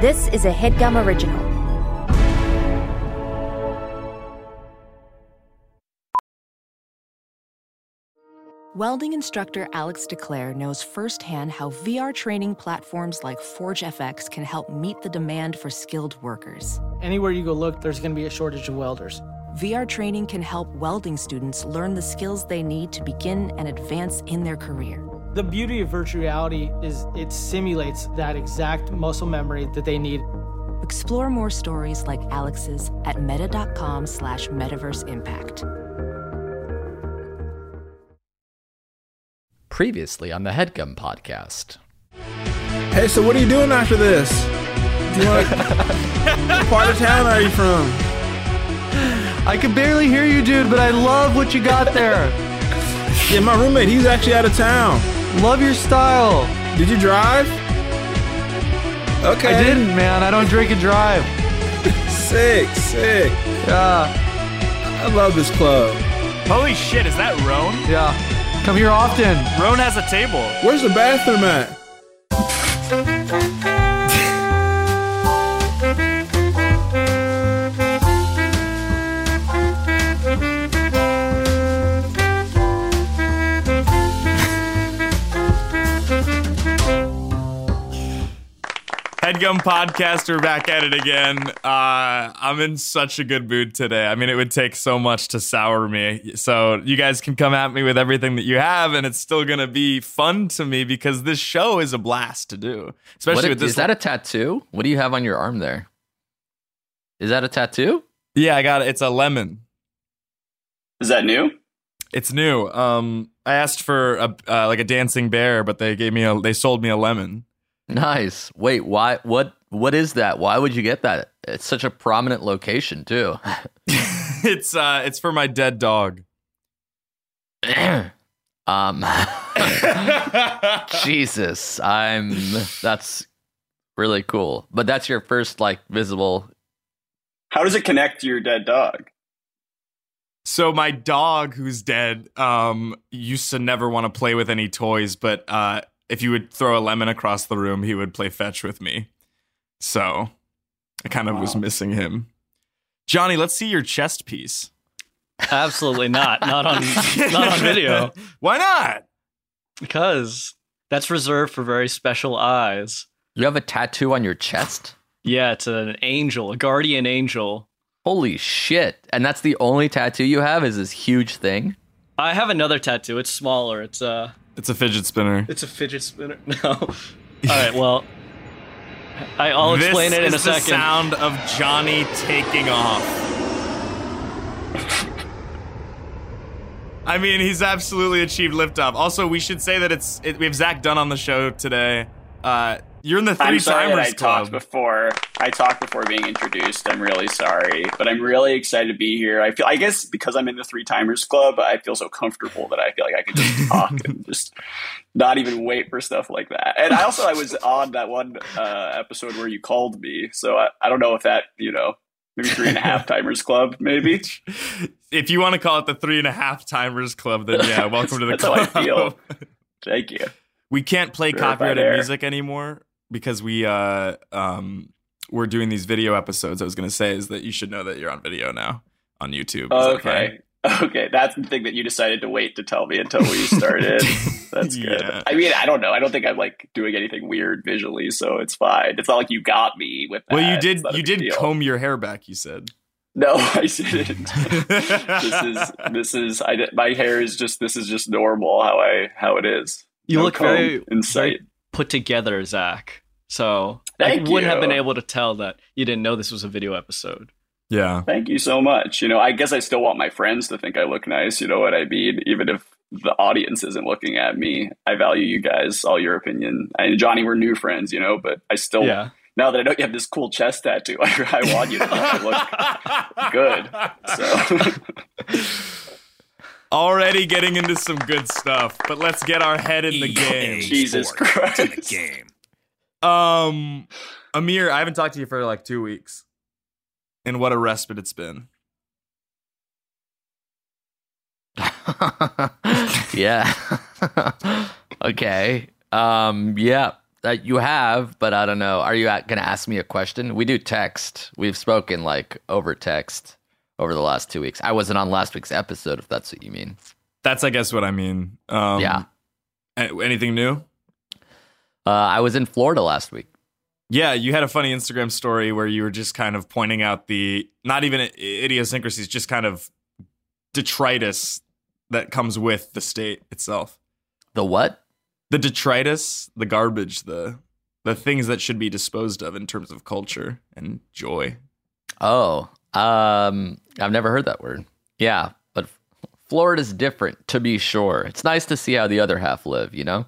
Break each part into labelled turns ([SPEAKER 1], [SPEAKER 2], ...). [SPEAKER 1] This is a headgum original.
[SPEAKER 2] Welding instructor Alex DeClaire knows firsthand how VR training platforms like ForgeFX can help meet the demand for skilled workers.
[SPEAKER 3] Anywhere you go look, there's going to be a shortage of welders.
[SPEAKER 2] VR training can help welding students learn the skills they need to begin and advance in their career.
[SPEAKER 3] The beauty of virtual reality is it simulates that exact muscle memory that they need.
[SPEAKER 2] Explore more stories like Alex's at meta.com slash metaverse impact.
[SPEAKER 4] Previously on the Headgum Podcast.
[SPEAKER 5] Hey, so what are you doing after this? Do you want what part of town are you from?
[SPEAKER 4] I could barely hear you, dude, but I love what you got there.
[SPEAKER 5] Yeah, my roommate, he's actually out of town.
[SPEAKER 4] love your style.
[SPEAKER 5] Did you drive? Okay.
[SPEAKER 4] I didn't, man. I don't drink and drive.
[SPEAKER 5] Sick, sick.
[SPEAKER 4] Yeah,
[SPEAKER 5] I love this club.
[SPEAKER 6] Holy shit, is that Roan?
[SPEAKER 4] yeah. Come here often.
[SPEAKER 6] Roan has a table.
[SPEAKER 5] Where's the bathroom at?
[SPEAKER 6] Headgum Podcast, we're back at it again. Uh, I'm in such a good mood today. I mean, it would take so much to sour me. So, you guys can come at me with everything that you have, and it's still going to be fun to me because this show is a blast to do.
[SPEAKER 7] What
[SPEAKER 6] Especially
[SPEAKER 7] i-
[SPEAKER 6] with this.
[SPEAKER 7] is that a tattoo? What do you have on your arm there? Is that a tattoo?
[SPEAKER 6] yeah, I got it. It's a lemon.
[SPEAKER 8] Is that new?
[SPEAKER 6] It's new. Um, I asked for a, uh, like a dancing bear, but they gave me a, they sold me a lemon.
[SPEAKER 7] Nice. Wait, why? What? What is that? Why would you get that? It's such a prominent location too.
[SPEAKER 6] it's, uh, it's for my dead dog.
[SPEAKER 7] um, Jesus, I'm. That's really cool. But that's your first like visible.
[SPEAKER 8] How does it connect to your dead dog?
[SPEAKER 6] So my dog, who's dead, um, used to never want to play with any toys, but uh, if you would throw a lemon across the room, he would play fetch with me. So I kind of was missing him. Johnny, let's see your chest piece.
[SPEAKER 9] Absolutely not. Not on not on video.
[SPEAKER 6] Why not?
[SPEAKER 9] Because that's reserved for very special eyes.
[SPEAKER 7] You have a tattoo on your chest.
[SPEAKER 9] Yeah, it's an angel, a guardian angel.
[SPEAKER 7] Holy shit! And that's the only tattoo you have is this huge thing.
[SPEAKER 9] I have another tattoo. It's smaller. It's uh
[SPEAKER 6] It's a fidget spinner.
[SPEAKER 9] it's a fidget spinner. No. All right, well I, I'll explain
[SPEAKER 6] This
[SPEAKER 9] it in a
[SPEAKER 6] is the
[SPEAKER 9] second.
[SPEAKER 6] sound of Johnny taking off. I mean, he's absolutely achieved liftoff. Also, we should say that it's it, we have Zach Dunn on the show today. Uh, you're in the
[SPEAKER 8] I'm
[SPEAKER 6] three
[SPEAKER 8] sorry that
[SPEAKER 6] timers
[SPEAKER 8] I
[SPEAKER 6] club.
[SPEAKER 8] talked before. I talked before being introduced. I'm really sorry, but I'm really excited to be here. I feel, I guess, because I'm in the Three Timers Club, I feel so comfortable that I feel like I can just talk and just not even wait for stuff like that. And I also I was on that one uh, episode where you called me, so I, I don't know if that you know maybe Three and a Half Timers Club, maybe.
[SPEAKER 6] If you want to call it the three and a half timers club, then yeah, welcome to the
[SPEAKER 8] That's how I
[SPEAKER 6] club.
[SPEAKER 8] feel. Thank you.
[SPEAKER 6] We can't play
[SPEAKER 8] Sure, if I
[SPEAKER 6] copyrighted
[SPEAKER 8] dare.
[SPEAKER 6] music anymore because we uh um we're doing these video episodes. I was gonna say is that you should know that you're on video now on YouTube. Is that fine?
[SPEAKER 8] Okay. Okay, that's the thing that you decided to wait to tell me until we started. that's good.
[SPEAKER 6] Yeah.
[SPEAKER 8] I mean, I don't know. I don't think I'm like doing anything weird visually, so it's fine. It's not like you got me with that.
[SPEAKER 6] Well, you
[SPEAKER 8] It's
[SPEAKER 6] did.
[SPEAKER 8] not a
[SPEAKER 6] You did
[SPEAKER 8] big deal.
[SPEAKER 6] comb your hair back. You said.
[SPEAKER 8] No, I didn't. this
[SPEAKER 6] this
[SPEAKER 8] is this is I did, my hair is just this is just normal how I how it is.
[SPEAKER 9] You
[SPEAKER 8] No
[SPEAKER 9] look
[SPEAKER 8] comb
[SPEAKER 9] very
[SPEAKER 8] in sight.
[SPEAKER 9] very put together, Zach. So
[SPEAKER 8] Thank
[SPEAKER 9] I wouldn't have been
[SPEAKER 8] you.
[SPEAKER 9] able to tell that you didn't know this was a video episode.
[SPEAKER 6] Yeah.
[SPEAKER 8] Thank you so much. You know, I guess I still want my friends to think I look nice. You know what I mean? Even if the audience isn't looking at me, I value you guys, all your opinion. I, and Johnny, we're new friends, you know, but I still,
[SPEAKER 9] Yeah.
[SPEAKER 8] now that I know you have this cool chest tattoo, I, I want you to think I look good. So,
[SPEAKER 6] Already getting into some good stuff, but let's get our head in the game.
[SPEAKER 8] Jesus Christ.
[SPEAKER 6] Um, Amir, I haven't talked to you for like two weeks, and what a respite it's been.
[SPEAKER 7] yeah. okay. Um. Yeah. that you have, but I don't know. Are you going to ask me a question? We do text. We've spoken like over text over the last two weeks. I wasn't on last week's episode, if that's what you mean.
[SPEAKER 6] That's, I guess, what I mean. Um,
[SPEAKER 7] Yeah.
[SPEAKER 6] a- Anything new?
[SPEAKER 7] Uh, I was in Florida last week.
[SPEAKER 6] Yeah, you had a funny Instagram story where you were just kind of pointing out the not even i- idiosyncrasies, just kind of detritus that comes with the state itself.
[SPEAKER 7] The what?
[SPEAKER 6] The detritus, the garbage, the the things that should be disposed of in terms of culture and joy.
[SPEAKER 7] Oh, um, I've never heard that word. Yeah, but Florida's different, to be sure. It's nice to see how the other half live, you know?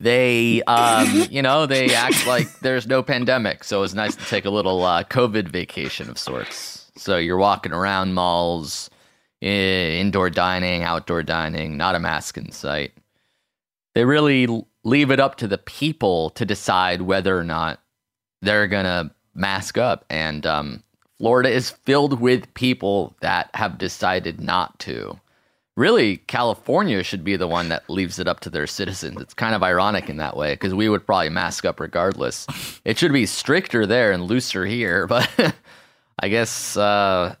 [SPEAKER 7] They, um, you know, they act like there's no pandemic, so it's nice to take a little uh, COVID vacation of sorts. So you're walking around malls, i- indoor dining, outdoor dining, not a mask in sight they really l- leave it up to the people to decide whether or not they're gonna mask up and um, florida is filled with people that have decided not to really california should be the one that leaves it up to their citizens it's kind of ironic in that way because we would probably mask up regardless it should be stricter there and looser here but i guess uh,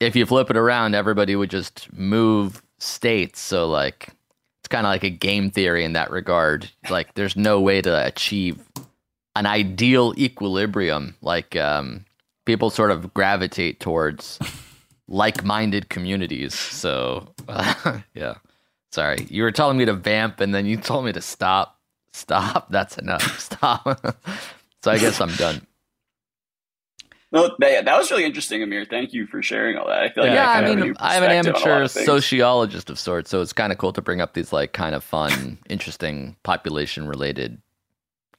[SPEAKER 7] if you flip it around everybody would just move states so like it's kind of like a game theory in that regard. Like, there's no way to achieve an ideal equilibrium. Like, um, people sort of gravitate towards like-minded communities. So, yeah. Sorry, you were telling me to vamp, and then you told me to stop. Stop. That's enough. Stop. so I guess I'm done.
[SPEAKER 8] Well, that, that was really interesting, Amir. Thank you for sharing all that. I feel like
[SPEAKER 7] yeah,
[SPEAKER 8] I, kind
[SPEAKER 7] I
[SPEAKER 8] of
[SPEAKER 7] mean,
[SPEAKER 8] have
[SPEAKER 7] I'm an
[SPEAKER 8] a new perspective on a lot
[SPEAKER 7] amateur
[SPEAKER 8] of things.
[SPEAKER 7] sociologist of sorts, so it's kind of cool to bring up these like kind of fun, interesting population-related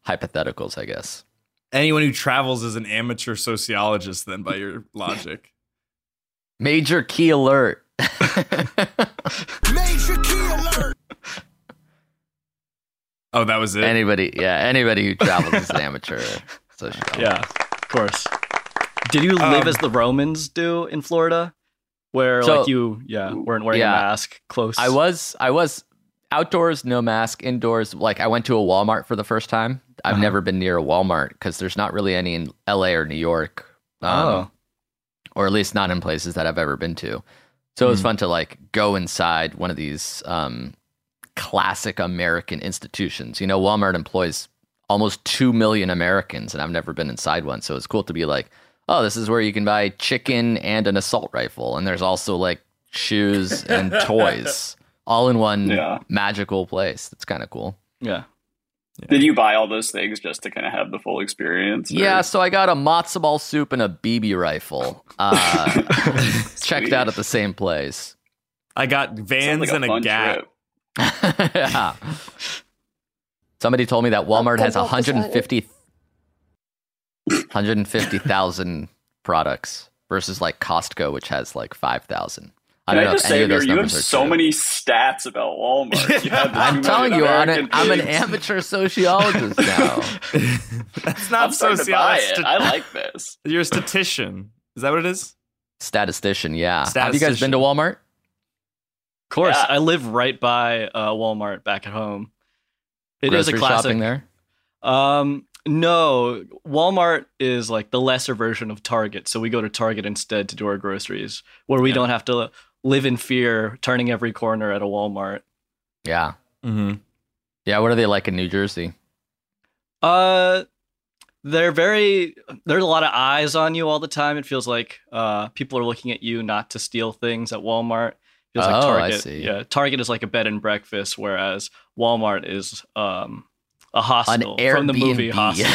[SPEAKER 7] hypotheticals, I guess.
[SPEAKER 6] Anyone who travels is an amateur sociologist, then by your logic.
[SPEAKER 7] Major key alert.
[SPEAKER 6] Oh, that was it.
[SPEAKER 7] anybody, yeah, anybody who travels is an amateur sociologist.
[SPEAKER 9] Yeah, of course. Did you live
[SPEAKER 6] Um,
[SPEAKER 9] as the Romans do in Florida, where
[SPEAKER 7] So-
[SPEAKER 9] like you, yeah, weren't wearing
[SPEAKER 7] Yeah.
[SPEAKER 9] a mask? Close.
[SPEAKER 7] I was, I was outdoors, no mask. Indoors, like I went to a Walmart for the first time. I've
[SPEAKER 9] Uh-huh.
[SPEAKER 7] never been near a Walmart because there's not really any in L.A. or New York. Um,
[SPEAKER 9] Oh.
[SPEAKER 7] or at least not in places that I've ever been to. So it was fun to like go inside one of these um, classic American institutions. You know, Walmart employs almost 2 million Americans, and I've never been inside one. So it's cool to be like, oh, this is where you can buy chicken and an assault rifle. And there's also like shoes and toys all in one
[SPEAKER 8] Yeah.
[SPEAKER 7] magical place. That's kind of cool.
[SPEAKER 9] Yeah.
[SPEAKER 8] Did you buy all those things just to kind of have the full experience? or-
[SPEAKER 7] Yeah, so I got a matzo ball soup and a BB rifle. Uh, checked out at the same place.
[SPEAKER 6] I got
[SPEAKER 8] Sounds
[SPEAKER 6] vans
[SPEAKER 8] like
[SPEAKER 6] and a
[SPEAKER 8] fun
[SPEAKER 6] gap.
[SPEAKER 8] trip.
[SPEAKER 7] Yeah. Somebody told me that Walmart has 150 150,000 products versus like Costco, which has like 5,000. I
[SPEAKER 8] Can
[SPEAKER 7] don't
[SPEAKER 8] I,
[SPEAKER 7] know
[SPEAKER 8] just
[SPEAKER 7] if any
[SPEAKER 8] say,
[SPEAKER 7] of
[SPEAKER 8] Amir,
[SPEAKER 7] those
[SPEAKER 8] you have
[SPEAKER 7] numbers are
[SPEAKER 8] so
[SPEAKER 7] true.
[SPEAKER 8] many stats about Walmart. You have the
[SPEAKER 7] I'm
[SPEAKER 8] two
[SPEAKER 7] telling you, I'm an,
[SPEAKER 8] million American
[SPEAKER 7] I'm an
[SPEAKER 8] things.
[SPEAKER 7] amateur sociologist now.
[SPEAKER 6] That's
[SPEAKER 8] I'm
[SPEAKER 6] not
[SPEAKER 8] starting to buy
[SPEAKER 6] sociologist.
[SPEAKER 8] it. I like this.
[SPEAKER 6] You're a statistician. Is that what it is?
[SPEAKER 7] Statistician, yeah. Have you guys been
[SPEAKER 6] Statistician.
[SPEAKER 7] to Walmart?
[SPEAKER 9] Of course,
[SPEAKER 8] Yeah.
[SPEAKER 9] I live right by uh, Walmart back at home. It is
[SPEAKER 7] Grocery
[SPEAKER 9] a classic.
[SPEAKER 7] shopping there.
[SPEAKER 9] Um, no, Walmart is like the lesser version of Target, so we go to Target instead to do our groceries, where we don't have to live in fear turning every corner at a Walmart.
[SPEAKER 7] Yeah.
[SPEAKER 6] Mm-hmm.
[SPEAKER 7] Yeah, what are they like in New Jersey?
[SPEAKER 9] Uh, they're very. There's a lot of eyes on you all the time. It feels like uh, people are looking at you not to steal things at Walmart. Feels like
[SPEAKER 7] Oh, I
[SPEAKER 9] Target.
[SPEAKER 7] see.
[SPEAKER 9] Yeah, Target is like a bed and breakfast, whereas Walmart is um a
[SPEAKER 7] An
[SPEAKER 9] hostel
[SPEAKER 7] Airbnb.
[SPEAKER 9] from the movie Hostel.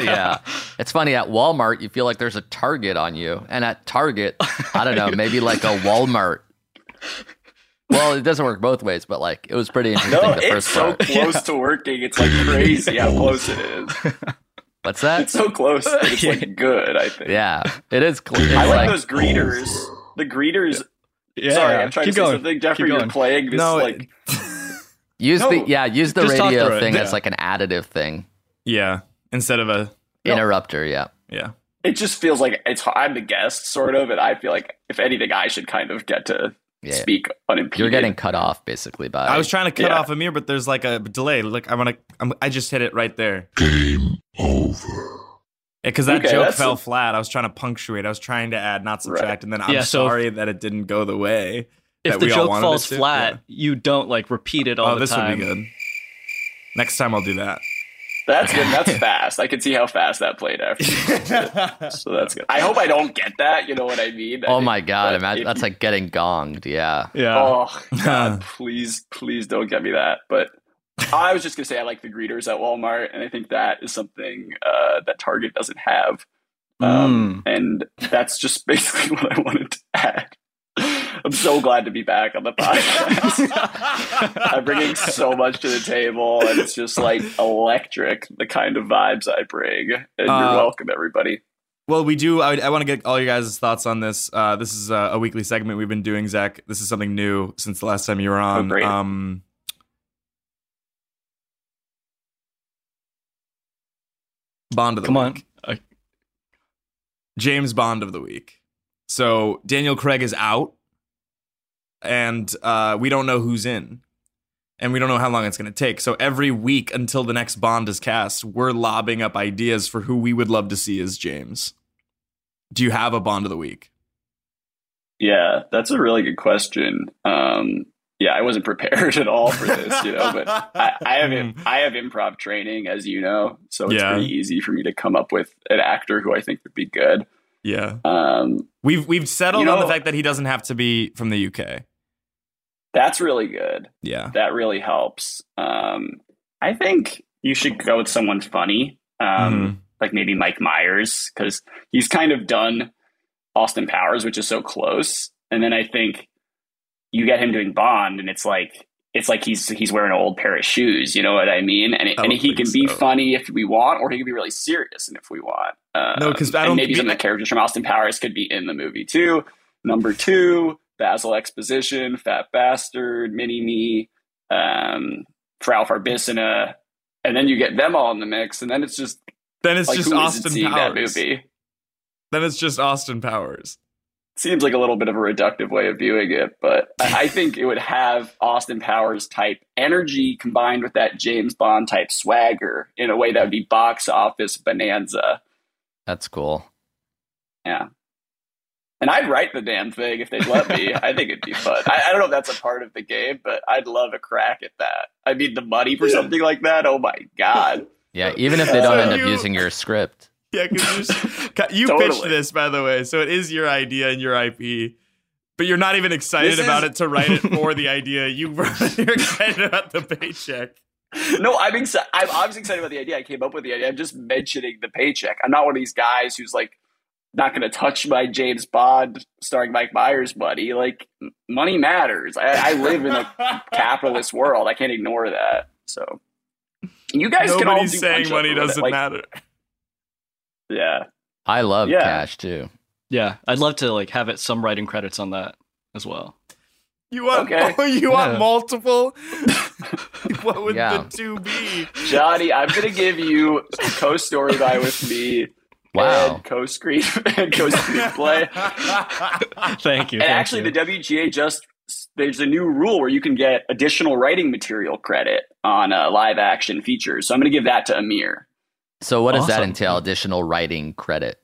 [SPEAKER 7] yeah. It's funny at Walmart you feel like there's a target on you. And at Target, I don't know, maybe like a Walmart. Well, it doesn't work both ways, but like it was pretty interesting
[SPEAKER 8] No,
[SPEAKER 7] the
[SPEAKER 8] it's
[SPEAKER 7] first
[SPEAKER 8] so
[SPEAKER 7] part.
[SPEAKER 8] close to working. It's like crazy how close it is.
[SPEAKER 7] What's
[SPEAKER 8] It's
[SPEAKER 7] that?
[SPEAKER 8] so close. That it's like good. I think.
[SPEAKER 7] Yeah. It is clear.
[SPEAKER 8] I like,
[SPEAKER 7] like,
[SPEAKER 8] those greeters. The greeters.
[SPEAKER 9] Yeah,
[SPEAKER 8] Sorry, I'm trying to
[SPEAKER 9] keep
[SPEAKER 8] say
[SPEAKER 9] going.
[SPEAKER 8] something.
[SPEAKER 9] Keep
[SPEAKER 8] Jeffrey, you're
[SPEAKER 9] going.
[SPEAKER 8] playing this
[SPEAKER 6] No,
[SPEAKER 8] like
[SPEAKER 7] use the
[SPEAKER 8] No,
[SPEAKER 7] yeah, use the
[SPEAKER 9] just talk
[SPEAKER 7] radio
[SPEAKER 9] through it.
[SPEAKER 7] thing as
[SPEAKER 9] Yeah.
[SPEAKER 7] like an additive thing.
[SPEAKER 6] Yeah. Instead of a
[SPEAKER 7] Interrupter, yeah.
[SPEAKER 6] yeah.
[SPEAKER 8] it just feels like it's I'm the guest sort of, and I feel like if anything, I should kind of get to
[SPEAKER 7] Yeah.
[SPEAKER 8] speak unimpeded.
[SPEAKER 7] You're getting cut off basically by.
[SPEAKER 6] I was trying to cut
[SPEAKER 8] yeah.
[SPEAKER 6] off Amir, but there's like a delay. Look, I'm gonna, I'm, I just hit it right there
[SPEAKER 10] Game over.
[SPEAKER 6] because that
[SPEAKER 8] Okay,
[SPEAKER 6] joke
[SPEAKER 8] that's-
[SPEAKER 6] fell flat. I was trying to punctuate. I was trying to add, not subtract,
[SPEAKER 8] Right.
[SPEAKER 6] and then I'm
[SPEAKER 9] Yeah, so if-
[SPEAKER 6] sorry that it didn't go the way.
[SPEAKER 9] If
[SPEAKER 6] that
[SPEAKER 9] the
[SPEAKER 6] we all
[SPEAKER 9] joke
[SPEAKER 6] wanted it
[SPEAKER 9] falls
[SPEAKER 6] to,
[SPEAKER 9] flat,
[SPEAKER 6] yeah.
[SPEAKER 9] you don't like repeat it all
[SPEAKER 6] oh,
[SPEAKER 9] the
[SPEAKER 6] this would
[SPEAKER 9] time.
[SPEAKER 6] be good. Next time I'll do that.
[SPEAKER 8] That's good. That's fast. I can see how fast that played after. so that's good. I hope I don't get that. You know what I mean? I
[SPEAKER 7] oh
[SPEAKER 8] think-
[SPEAKER 7] my god,
[SPEAKER 8] but
[SPEAKER 7] imagine,
[SPEAKER 8] if
[SPEAKER 7] that's
[SPEAKER 8] you-
[SPEAKER 7] like uh, getting gonged. Yeah.
[SPEAKER 9] Yeah.
[SPEAKER 8] Oh God, please, please don't get me that. But I was just gonna say I like the greeters at Walmart, and I think that is something uh, that Target doesn't have.
[SPEAKER 9] Hmm.
[SPEAKER 8] Um,
[SPEAKER 6] Hmm.
[SPEAKER 8] And that's just basically what I wanted to add. I'm so glad to be back on the podcast. I'm bringing so much to the table, and it's just like electric the kind of vibes I bring. And
[SPEAKER 6] Uh,
[SPEAKER 8] you're welcome, everybody.
[SPEAKER 6] Well, we do. I, I want to get all your guys' thoughts on this. Uh, this is a, a weekly segment we've been doing, Zach. This is something new since the last time you were on.
[SPEAKER 8] great.
[SPEAKER 6] Um, Bond of the
[SPEAKER 9] Come
[SPEAKER 6] week.
[SPEAKER 9] on. I-
[SPEAKER 6] James Bond of the week. So Daniel Craig is out, and uh, we don't know who's in, and we don't know how long it's going to take. So every week until the next Bond is cast, we're lobbing up ideas for who we would love to see as James. Do you have a Bond of the week?
[SPEAKER 8] Yeah, that's a really good question. Um, yeah, I wasn't prepared at all for this, you know, but I, I have I have improv training, as you know, so it's
[SPEAKER 6] Hmm. Yeah.
[SPEAKER 8] pretty easy for me to come up with an actor who I think would be good.
[SPEAKER 6] Yeah,
[SPEAKER 8] Um,
[SPEAKER 6] we've we've settled
[SPEAKER 8] You
[SPEAKER 6] on the
[SPEAKER 8] know-
[SPEAKER 6] fact that he doesn't have to be from the UK.
[SPEAKER 8] that's really good.
[SPEAKER 6] Yeah,
[SPEAKER 8] That really helps. Um, I think you should go with someone funny, um,
[SPEAKER 6] Mhm.
[SPEAKER 8] like maybe Mike Myers, because he's kind of done Austin Powers, which is so close. And then I think you get him doing Bond, and it's like it's like he's he's wearing an old pair of shoes. You know what I mean? And it,
[SPEAKER 6] I
[SPEAKER 8] and
[SPEAKER 6] would
[SPEAKER 8] he
[SPEAKER 6] think
[SPEAKER 8] can be
[SPEAKER 6] so.
[SPEAKER 8] funny if we want, or he can be really serious, and if we want. Um,
[SPEAKER 6] No, 'cause I
[SPEAKER 8] and
[SPEAKER 6] don't
[SPEAKER 8] maybe
[SPEAKER 6] be-
[SPEAKER 8] some of the characters from Austin Powers could be in the movie too. Number two, Basil Exposition, Fat Bastard, Mini Me, um, Frau Farbissina, and then you get them all in the mix, and then it's just
[SPEAKER 6] then it's
[SPEAKER 8] like
[SPEAKER 6] just
[SPEAKER 8] who isn't
[SPEAKER 6] Austin
[SPEAKER 8] seeing
[SPEAKER 6] Powers.
[SPEAKER 8] that movie?
[SPEAKER 6] Then it's just Austin Powers.
[SPEAKER 8] seems like a little bit of a reductive way of viewing it, but I I think it would have Austin Powers type energy combined with that James Bond type swagger in a way that would be box office bonanza.
[SPEAKER 7] That's cool.
[SPEAKER 8] And I'd write the damn thing if they'd let me. I think it'd be fun. I, I don't know if that's a part of the game, but I'd love a crack at that. I mean, the money for something like that. Oh my god!
[SPEAKER 7] Yeah. Even if they don't
[SPEAKER 6] So
[SPEAKER 7] end up
[SPEAKER 6] you-
[SPEAKER 7] using your script.
[SPEAKER 6] Yeah, because you
[SPEAKER 8] Totally.
[SPEAKER 6] pitched this, by the way, so it is your idea and your IP. But you're not even excited
[SPEAKER 8] This is-
[SPEAKER 6] about it to write it for the idea. You you're excited about the paycheck.
[SPEAKER 8] No, I'm excited. I'm obviously excited about the idea. I came up with the idea. I'm just mentioning the paycheck. I'm not one of these guys who's like not going to touch my James Bond starring Mike Myers money. Like m- money matters. I, I live in a capitalist world. I can't ignore that. So you guys can all do
[SPEAKER 6] Nobody's saying
[SPEAKER 8] punch-up
[SPEAKER 6] money
[SPEAKER 8] with it.
[SPEAKER 6] doesn't
[SPEAKER 8] Like,
[SPEAKER 6] matter.
[SPEAKER 8] Yeah,
[SPEAKER 7] I love
[SPEAKER 8] Yeah.
[SPEAKER 7] cash too.
[SPEAKER 9] Yeah. I'd love to like have it some writing credits on that as well.
[SPEAKER 6] You want
[SPEAKER 8] Okay.
[SPEAKER 6] oh, you want
[SPEAKER 9] Yeah.
[SPEAKER 6] multiple? what would
[SPEAKER 7] Yeah.
[SPEAKER 6] the two be?
[SPEAKER 8] Johnny, I'm going to give you co-story by with me.
[SPEAKER 7] Wow.
[SPEAKER 8] And co-screen and co-screenplay.
[SPEAKER 9] Thank you.
[SPEAKER 8] and
[SPEAKER 9] thank
[SPEAKER 8] actually
[SPEAKER 9] you.
[SPEAKER 8] the wga just there's a new rule where you can get additional writing material credit on uh, live action features so i'm going to give that to amir
[SPEAKER 7] So what does that
[SPEAKER 9] Awesome.
[SPEAKER 7] entail? Additional writing credit.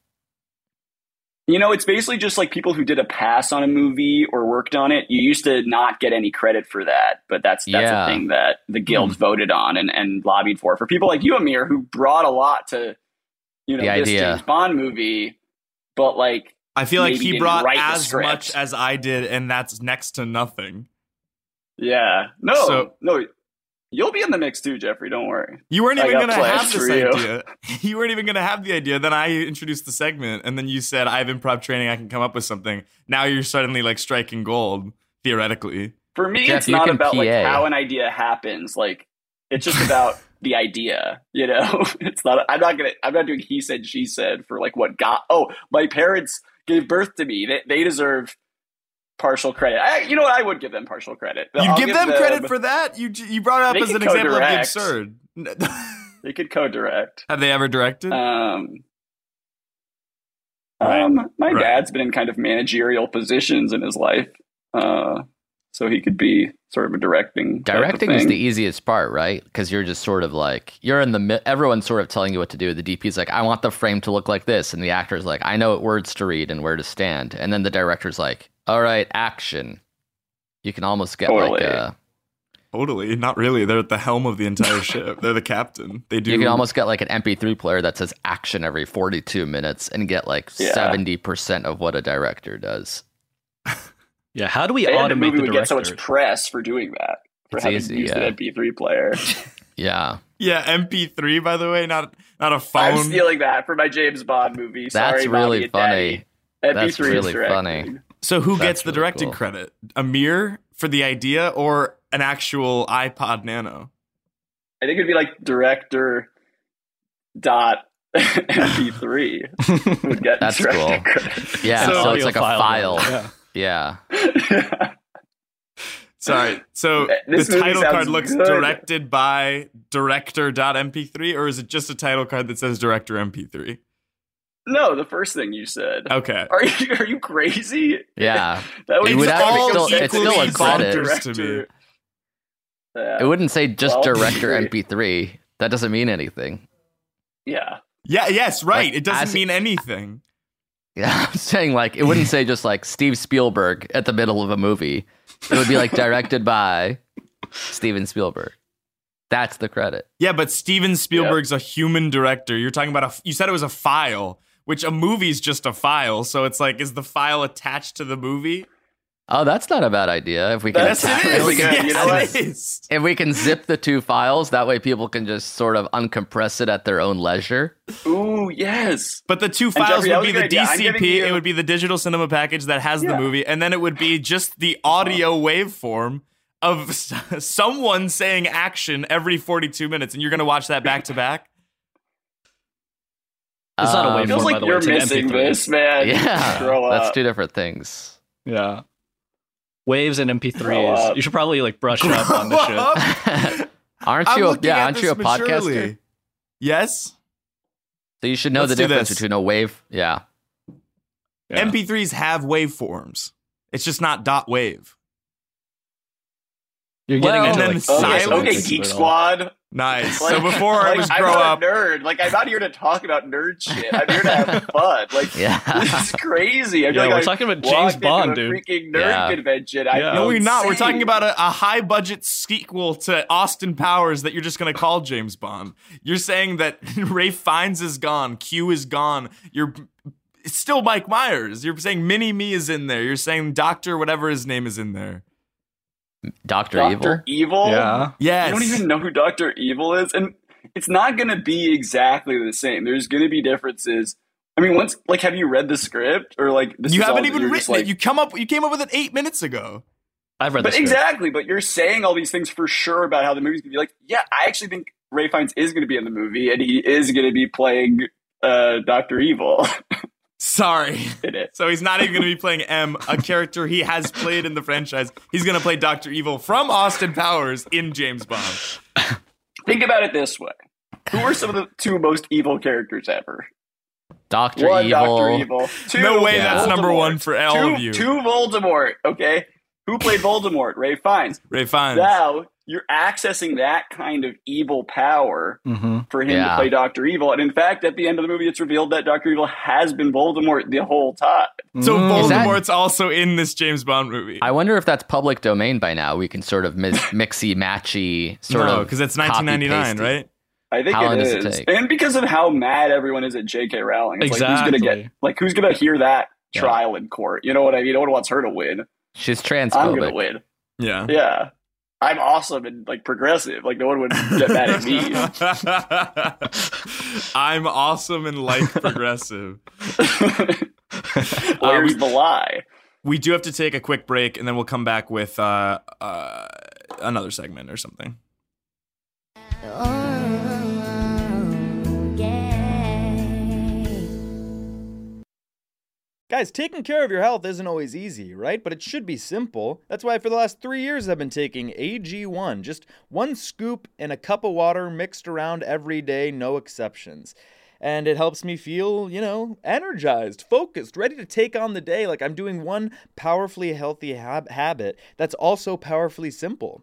[SPEAKER 8] you know it's basically just like people who did a pass on a movie or worked on it you used to not get any credit for that but that's that's
[SPEAKER 7] Yeah. Hmm.
[SPEAKER 8] a thing that the guild voted on and, and lobbied for for people like you amir who brought a lot to you know
[SPEAKER 7] The
[SPEAKER 8] this
[SPEAKER 7] idea.
[SPEAKER 8] james bond movie but like
[SPEAKER 6] I feel like
[SPEAKER 8] Maybe
[SPEAKER 6] he
[SPEAKER 8] didn't
[SPEAKER 6] brought
[SPEAKER 8] write the
[SPEAKER 6] as
[SPEAKER 8] script.
[SPEAKER 6] much as I did, and that's next to nothing.
[SPEAKER 8] yeah no
[SPEAKER 6] So-
[SPEAKER 8] no you'll be in the mix too jeffrey don't worry
[SPEAKER 6] You weren't
[SPEAKER 8] I
[SPEAKER 6] even
[SPEAKER 8] got
[SPEAKER 6] gonna have
[SPEAKER 8] plans
[SPEAKER 6] this
[SPEAKER 8] for you.
[SPEAKER 6] idea. You weren't even gonna have the idea. Then I introduced the segment, and then you said, "I have improv training. I can come up with something." Now you're suddenly like striking gold theoretically.
[SPEAKER 8] For me,
[SPEAKER 7] Jeff,
[SPEAKER 8] it's
[SPEAKER 7] you
[SPEAKER 8] not
[SPEAKER 7] can
[SPEAKER 8] about like
[SPEAKER 7] PA.
[SPEAKER 8] how an idea happens. Like it's just about the idea, you know. It's not. I'm not gonna. I'm not doing he said she said for like what got. Oh, my parents gave birth to me. They they deserve partial credit. I, you know what? I would give them partial credit.
[SPEAKER 6] you
[SPEAKER 8] I'll
[SPEAKER 6] give, them, credit for that. You you brought it up
[SPEAKER 8] They
[SPEAKER 6] as
[SPEAKER 8] can
[SPEAKER 6] an example of the
[SPEAKER 8] co-direct.
[SPEAKER 6] absurd.
[SPEAKER 8] They could co-direct.
[SPEAKER 6] have they ever directed?
[SPEAKER 8] Um.
[SPEAKER 6] Right.
[SPEAKER 8] Um, my
[SPEAKER 6] Mm-hmm. Right.
[SPEAKER 8] dad's been in kind of managerial positions in his life, uh, so he could be sort of a directing. type of
[SPEAKER 7] Directing is
[SPEAKER 8] thing.
[SPEAKER 7] the easiest part, right? Because you're just sort of like you're in the mi- everyone's sort of telling you what to do. The DP's like, I want the frame to look like this, and the actor's like, I know what words to read and where to stand, and then the director's like, All right, action. You can almost get like
[SPEAKER 8] Totally.
[SPEAKER 7] a
[SPEAKER 6] Totally, not really. They're at the helm of the entire ship. They're the captain. They do.
[SPEAKER 7] you can almost get like an MP3 player that says action every 42 minutes and get like
[SPEAKER 8] Yeah.
[SPEAKER 7] 70% of what a director does.
[SPEAKER 9] Yeah, how do we
[SPEAKER 8] They had a
[SPEAKER 9] automate
[SPEAKER 8] movie
[SPEAKER 9] the
[SPEAKER 8] would
[SPEAKER 9] director?
[SPEAKER 8] get so much press for doing that for
[SPEAKER 7] It's
[SPEAKER 8] having
[SPEAKER 7] easy,
[SPEAKER 8] used
[SPEAKER 7] yeah.
[SPEAKER 8] an MP3 player.
[SPEAKER 7] Yeah.
[SPEAKER 6] yeah. MP3, by the way, not not a phone.
[SPEAKER 8] I'm stealing that for my James Bond movie.
[SPEAKER 7] That's
[SPEAKER 8] Sorry,
[SPEAKER 7] really
[SPEAKER 8] Mommy and
[SPEAKER 7] funny.
[SPEAKER 8] Daddy.
[SPEAKER 7] That's
[SPEAKER 8] MP3 is
[SPEAKER 7] really
[SPEAKER 8] directing.
[SPEAKER 7] funny.
[SPEAKER 6] So who
[SPEAKER 7] That's
[SPEAKER 6] gets the
[SPEAKER 7] really
[SPEAKER 6] directing
[SPEAKER 7] cool.
[SPEAKER 6] credit? Amir for the idea or an actual iPod Nano?
[SPEAKER 8] I think it'd be like director dot MP3 would get
[SPEAKER 7] That's
[SPEAKER 8] directing
[SPEAKER 7] cool. Yeah. So,
[SPEAKER 9] An
[SPEAKER 7] it's
[SPEAKER 9] audio
[SPEAKER 7] like a file.
[SPEAKER 9] Yeah.
[SPEAKER 7] Yeah.
[SPEAKER 8] credit.
[SPEAKER 6] Sorry. So
[SPEAKER 8] This
[SPEAKER 6] the
[SPEAKER 8] movie
[SPEAKER 6] title card
[SPEAKER 8] sounds
[SPEAKER 6] looks
[SPEAKER 8] good.
[SPEAKER 6] directed by director.mp3 or is it just a title card that says director mp3?
[SPEAKER 8] no, the first thing you said.
[SPEAKER 6] Okay.
[SPEAKER 8] Are you are you crazy?
[SPEAKER 7] Yeah.
[SPEAKER 8] That
[SPEAKER 7] Oh. It would
[SPEAKER 8] sounds
[SPEAKER 7] have-
[SPEAKER 8] like
[SPEAKER 7] it's
[SPEAKER 8] a
[SPEAKER 7] still- it's still a
[SPEAKER 8] completely Bond
[SPEAKER 7] credit.
[SPEAKER 6] bonkers to me.
[SPEAKER 8] director. Yeah.
[SPEAKER 7] It wouldn't say just
[SPEAKER 8] Well,
[SPEAKER 7] director MP3. That doesn't mean anything.
[SPEAKER 8] yeah.
[SPEAKER 6] Yeah, yes, right.
[SPEAKER 7] Like,
[SPEAKER 6] it doesn't
[SPEAKER 7] as-
[SPEAKER 6] mean anything.
[SPEAKER 7] Yeah. I'm saying like it wouldn't say just like Steve Spielberg at the middle of a movie. It would be like directed by Steven Spielberg. That's the credit.
[SPEAKER 6] Yeah, but Steven Spielberg's a human director. You're talking about a you said it was a file, which a movie's just a file. So it's like is the file attached to the movie?
[SPEAKER 7] Oh, that's not a bad idea. If we can
[SPEAKER 8] That's-
[SPEAKER 7] attach-
[SPEAKER 8] it is.
[SPEAKER 7] if we can
[SPEAKER 8] Yeah, you know
[SPEAKER 6] Yes,
[SPEAKER 8] what?
[SPEAKER 6] it is.
[SPEAKER 7] if we can zip the two files, that way people can just sort of uncompress it at their own leisure.
[SPEAKER 8] Ooh, yes.
[SPEAKER 6] But the two
[SPEAKER 8] And
[SPEAKER 6] files
[SPEAKER 8] Jeffrey,
[SPEAKER 6] would be the
[SPEAKER 8] that was a good idea. I'm
[SPEAKER 6] DCP,
[SPEAKER 8] giving you-
[SPEAKER 6] it would be the digital cinema package that has the
[SPEAKER 8] Yeah.
[SPEAKER 6] movie, and then it would be just the audio waveform of s- someone saying action every 42 minutes, and you're going to watch that back to back?
[SPEAKER 9] It's not a
[SPEAKER 8] It
[SPEAKER 9] waveform,
[SPEAKER 8] feels
[SPEAKER 9] by
[SPEAKER 8] like
[SPEAKER 9] the way,
[SPEAKER 8] you're
[SPEAKER 9] it's an
[SPEAKER 8] missing
[SPEAKER 9] MP3.
[SPEAKER 8] this, man.
[SPEAKER 7] Um, Yeah,
[SPEAKER 8] Grow up.
[SPEAKER 7] that's two different things.
[SPEAKER 9] Yeah. Waves and
[SPEAKER 8] Grow
[SPEAKER 9] MP3s.
[SPEAKER 8] up.
[SPEAKER 9] You should probably like brush up on this shit.
[SPEAKER 7] aren't
[SPEAKER 6] I'm
[SPEAKER 7] you? A,
[SPEAKER 6] looking at
[SPEAKER 7] yeah, aren't you a
[SPEAKER 6] this
[SPEAKER 7] podcaster?
[SPEAKER 6] maturely. Yes?
[SPEAKER 7] So you should know
[SPEAKER 6] Let's
[SPEAKER 7] the
[SPEAKER 6] do
[SPEAKER 7] difference
[SPEAKER 6] this.
[SPEAKER 7] between a wave. Yeah,
[SPEAKER 9] Yeah.
[SPEAKER 6] MP3s have waveforms. It's just not dot wave.
[SPEAKER 9] You're
[SPEAKER 7] Well,
[SPEAKER 9] getting
[SPEAKER 7] and
[SPEAKER 9] into
[SPEAKER 6] then
[SPEAKER 9] like,
[SPEAKER 8] Okay,
[SPEAKER 6] silence.
[SPEAKER 8] okay, Geek Squad.
[SPEAKER 6] Nice.
[SPEAKER 8] Like-
[SPEAKER 6] so before I
[SPEAKER 8] like,
[SPEAKER 6] was
[SPEAKER 8] I'm
[SPEAKER 6] grow
[SPEAKER 8] not
[SPEAKER 6] up,
[SPEAKER 8] a nerd. Like I'm not here to talk about nerd shit. I'm here to have fun. Like
[SPEAKER 7] yeah.
[SPEAKER 8] this is crazy. I'm
[SPEAKER 9] Yeah,
[SPEAKER 8] like,
[SPEAKER 9] we're
[SPEAKER 8] I
[SPEAKER 9] talking about
[SPEAKER 8] walked
[SPEAKER 9] James
[SPEAKER 8] into
[SPEAKER 9] Bond,
[SPEAKER 8] a
[SPEAKER 9] dude.
[SPEAKER 8] Freaking nerd
[SPEAKER 7] Yeah.
[SPEAKER 8] convention. I
[SPEAKER 9] Yeah.
[SPEAKER 8] feel
[SPEAKER 6] no, we're not. We're
[SPEAKER 8] insane.
[SPEAKER 6] talking about a, a high budget sequel to Austin Powers that you're just going to call James Bond. You're saying that Ray Fiennes is gone, Q is gone. You're it's still Mike Myers. You're saying Mini Me is in there. You're saying Doctor whatever his name is in there.
[SPEAKER 7] Doctor Evil.
[SPEAKER 8] Doctor E- Evil.
[SPEAKER 9] Yeah.
[SPEAKER 6] Yes.
[SPEAKER 8] You don't even know who Doctor Evil is, and it's not going to be exactly the same. There's going to be differences. I mean, once like, have you read the script or like? This
[SPEAKER 6] You
[SPEAKER 8] is all
[SPEAKER 6] haven't
[SPEAKER 8] that
[SPEAKER 6] even
[SPEAKER 8] you're
[SPEAKER 6] written
[SPEAKER 8] just, like-
[SPEAKER 6] it. You come up. You came up with it eight minutes ago.
[SPEAKER 9] I've read
[SPEAKER 8] But
[SPEAKER 9] this.
[SPEAKER 8] exactly, but you're saying all these things for sure about how the movie's gonna be like, yeah, I actually think Ray Fiennes is gonna be in the movie and he is gonna be playing uh, Doctor Evil
[SPEAKER 6] Sorry.
[SPEAKER 8] in it.
[SPEAKER 6] So he's not even going to be playing M, a character he has played in the franchise. He's going to play Doctor Evil from Austin Powers in James Bond.
[SPEAKER 8] Think about it this way. Who are some of the two most evil characters ever?
[SPEAKER 7] Doctor
[SPEAKER 8] one,
[SPEAKER 7] Evil.
[SPEAKER 8] Doctor Evil. Two,
[SPEAKER 6] No way,
[SPEAKER 7] that's
[SPEAKER 6] number
[SPEAKER 8] Voldemort.
[SPEAKER 6] one for all
[SPEAKER 8] two,
[SPEAKER 6] of you.
[SPEAKER 8] Two Voldemort, okay? Who played Voldemort? Ray Fiennes.
[SPEAKER 6] Ray Fiennes.
[SPEAKER 8] Now you're accessing that kind of evil power
[SPEAKER 9] Mm-hmm.
[SPEAKER 8] for him
[SPEAKER 7] Yeah.
[SPEAKER 8] to play Doctor Evil. And in fact, at the end of the movie, it's revealed that Doctor Evil has been Voldemort the whole time.
[SPEAKER 6] So
[SPEAKER 7] Mm. Is that-
[SPEAKER 6] Voldemort's also in this James Bond movie.
[SPEAKER 7] I wonder if that's public domain by now. We can sort of mis- mixy matchy sort
[SPEAKER 6] no,
[SPEAKER 7] of
[SPEAKER 6] because it's 1999,
[SPEAKER 7] copy-pasty.
[SPEAKER 6] right?
[SPEAKER 8] I think
[SPEAKER 7] How long
[SPEAKER 8] it
[SPEAKER 7] does it
[SPEAKER 8] is.
[SPEAKER 7] take?
[SPEAKER 8] And because of how mad everyone is at J.K. Rowling, it's like who's gonna
[SPEAKER 9] Exactly.
[SPEAKER 8] get like who's gonna hear that
[SPEAKER 7] Yeah.
[SPEAKER 8] trial in court? You know what I mean? No one wants her to win.
[SPEAKER 7] She's
[SPEAKER 8] I'm gonna
[SPEAKER 7] transphobic.
[SPEAKER 8] win.
[SPEAKER 6] Yeah.
[SPEAKER 8] Yeah. I'm awesome and like progressive. Like no one would get mad at me.
[SPEAKER 6] I'm awesome and life progressive.
[SPEAKER 9] Um,
[SPEAKER 8] Where's the lie?
[SPEAKER 6] We do have to take a quick break, and then we'll come back with uh, uh, another segment or something.
[SPEAKER 4] Guys, taking care of your health isn't always easy, right? But it should be simple. That's why for the last three years I've been taking AG1, just one scoop in a cup of water mixed around every day, no exceptions. and it helps me feel, you know, energized, focused, ready to take on the day. Like I'm doing one powerfully healthy hab- habit that's also powerfully simple.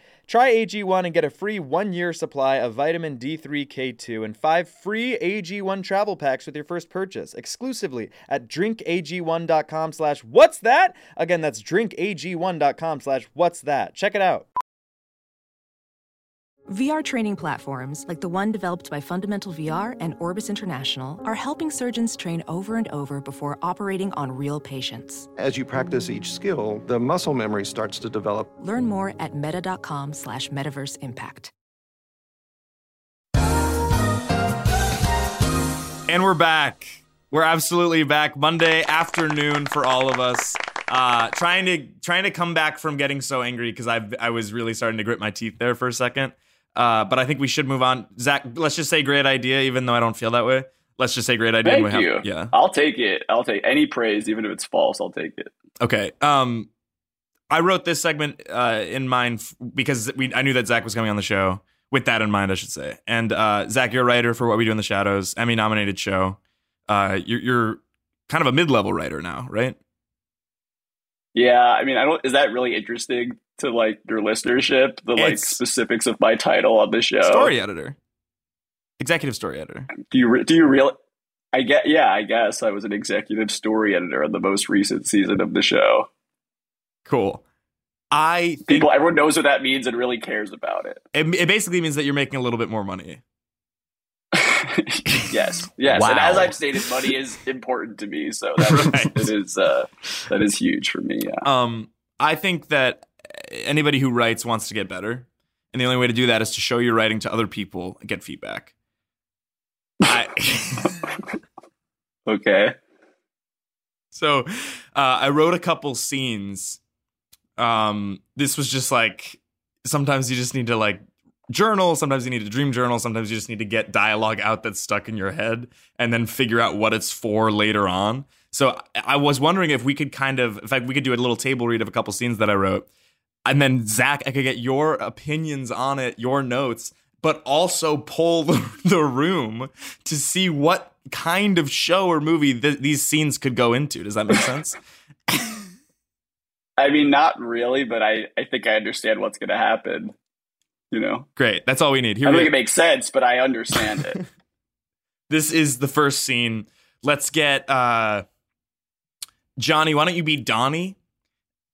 [SPEAKER 4] Try AG1 and get a free one year supply of vitamin D3K2 and five free AG1 travel packs with your first purchase exclusively at drinkag1.com slash what's that? Again, that's drinkag1.com slash what's that. Check it out.
[SPEAKER 2] VR training platforms, like the one developed by Fundamental VR and Orbis International, are helping surgeons train over and over before operating on real patients.
[SPEAKER 11] As you practice each skill, the muscle memory starts to develop.
[SPEAKER 2] Learn more at meta.com slash metaverse impact.
[SPEAKER 6] And we're back. We're absolutely back. Monday afternoon for all of us. Uh, trying to trying to come back from getting so angry because I I was really starting to grit my teeth there for a second. Uh, but I think we should move on. Zach, let's just say great idea, even though I don't feel that way. Let's just say great idea. and
[SPEAKER 8] Thank
[SPEAKER 6] we
[SPEAKER 8] you.
[SPEAKER 6] Have, yeah.
[SPEAKER 8] I'll take it. I'll take any praise, even if it's false. I'll take it.
[SPEAKER 6] Okay. Um, I wrote this segment uh, in mind f- because we I knew that Zach was coming on the show. With that in mind, I should say. And uh, Zach, you're a writer for What We Do in the Shadows, Emmy nominated show. Uh, you're, you're kind of a mid level writer now, right?
[SPEAKER 8] Yeah, I mean, I don't. Is that really interesting to like your listenership? The like
[SPEAKER 6] It's-
[SPEAKER 8] specifics of my title on the show.
[SPEAKER 6] Story editor, executive story editor.
[SPEAKER 8] Do you re- do you real? I get. Yeah, I guess I was an executive story editor on the most recent season of the show.
[SPEAKER 6] Cool. I think
[SPEAKER 8] People, everyone knows what that means and really cares about it.
[SPEAKER 6] it, it basically means that you're making a little bit more money.
[SPEAKER 8] yes, yes.
[SPEAKER 7] Wow.
[SPEAKER 8] And as I've stated, money is important to me, so that is,
[SPEAKER 6] Right.
[SPEAKER 8] it is uh, that is huge for me. Yeah.
[SPEAKER 6] Um, I think that anybody who writes wants to get better, and the only way to do that is to show your writing to other people and get feedback. I,
[SPEAKER 8] Okay.
[SPEAKER 6] so uh, I wrote a couple scenes. Um, this was just like sometimes you just need to like journal, sometimes you need to dream journal, sometimes you just need to get dialogue out that's stuck in your head and then figure out what it's for later on. So I- I was wondering if we could kind of, in fact, we could do a little table read of a couple scenes that I wrote, and then Zach, I could get your opinions on it, your notes, but also pull the, the room to see what kind of show or movie th- these scenes could go into. Does that make sense?
[SPEAKER 8] I mean, not really, but I I think I understand what's going to happen. You know,
[SPEAKER 6] Great, that's all we need. Here
[SPEAKER 8] I don't
[SPEAKER 6] we
[SPEAKER 8] think it
[SPEAKER 6] go.
[SPEAKER 8] makes sense, but I understand it.
[SPEAKER 6] This is the first scene. Let's get uh, Johnny. Why don't you be Donnie?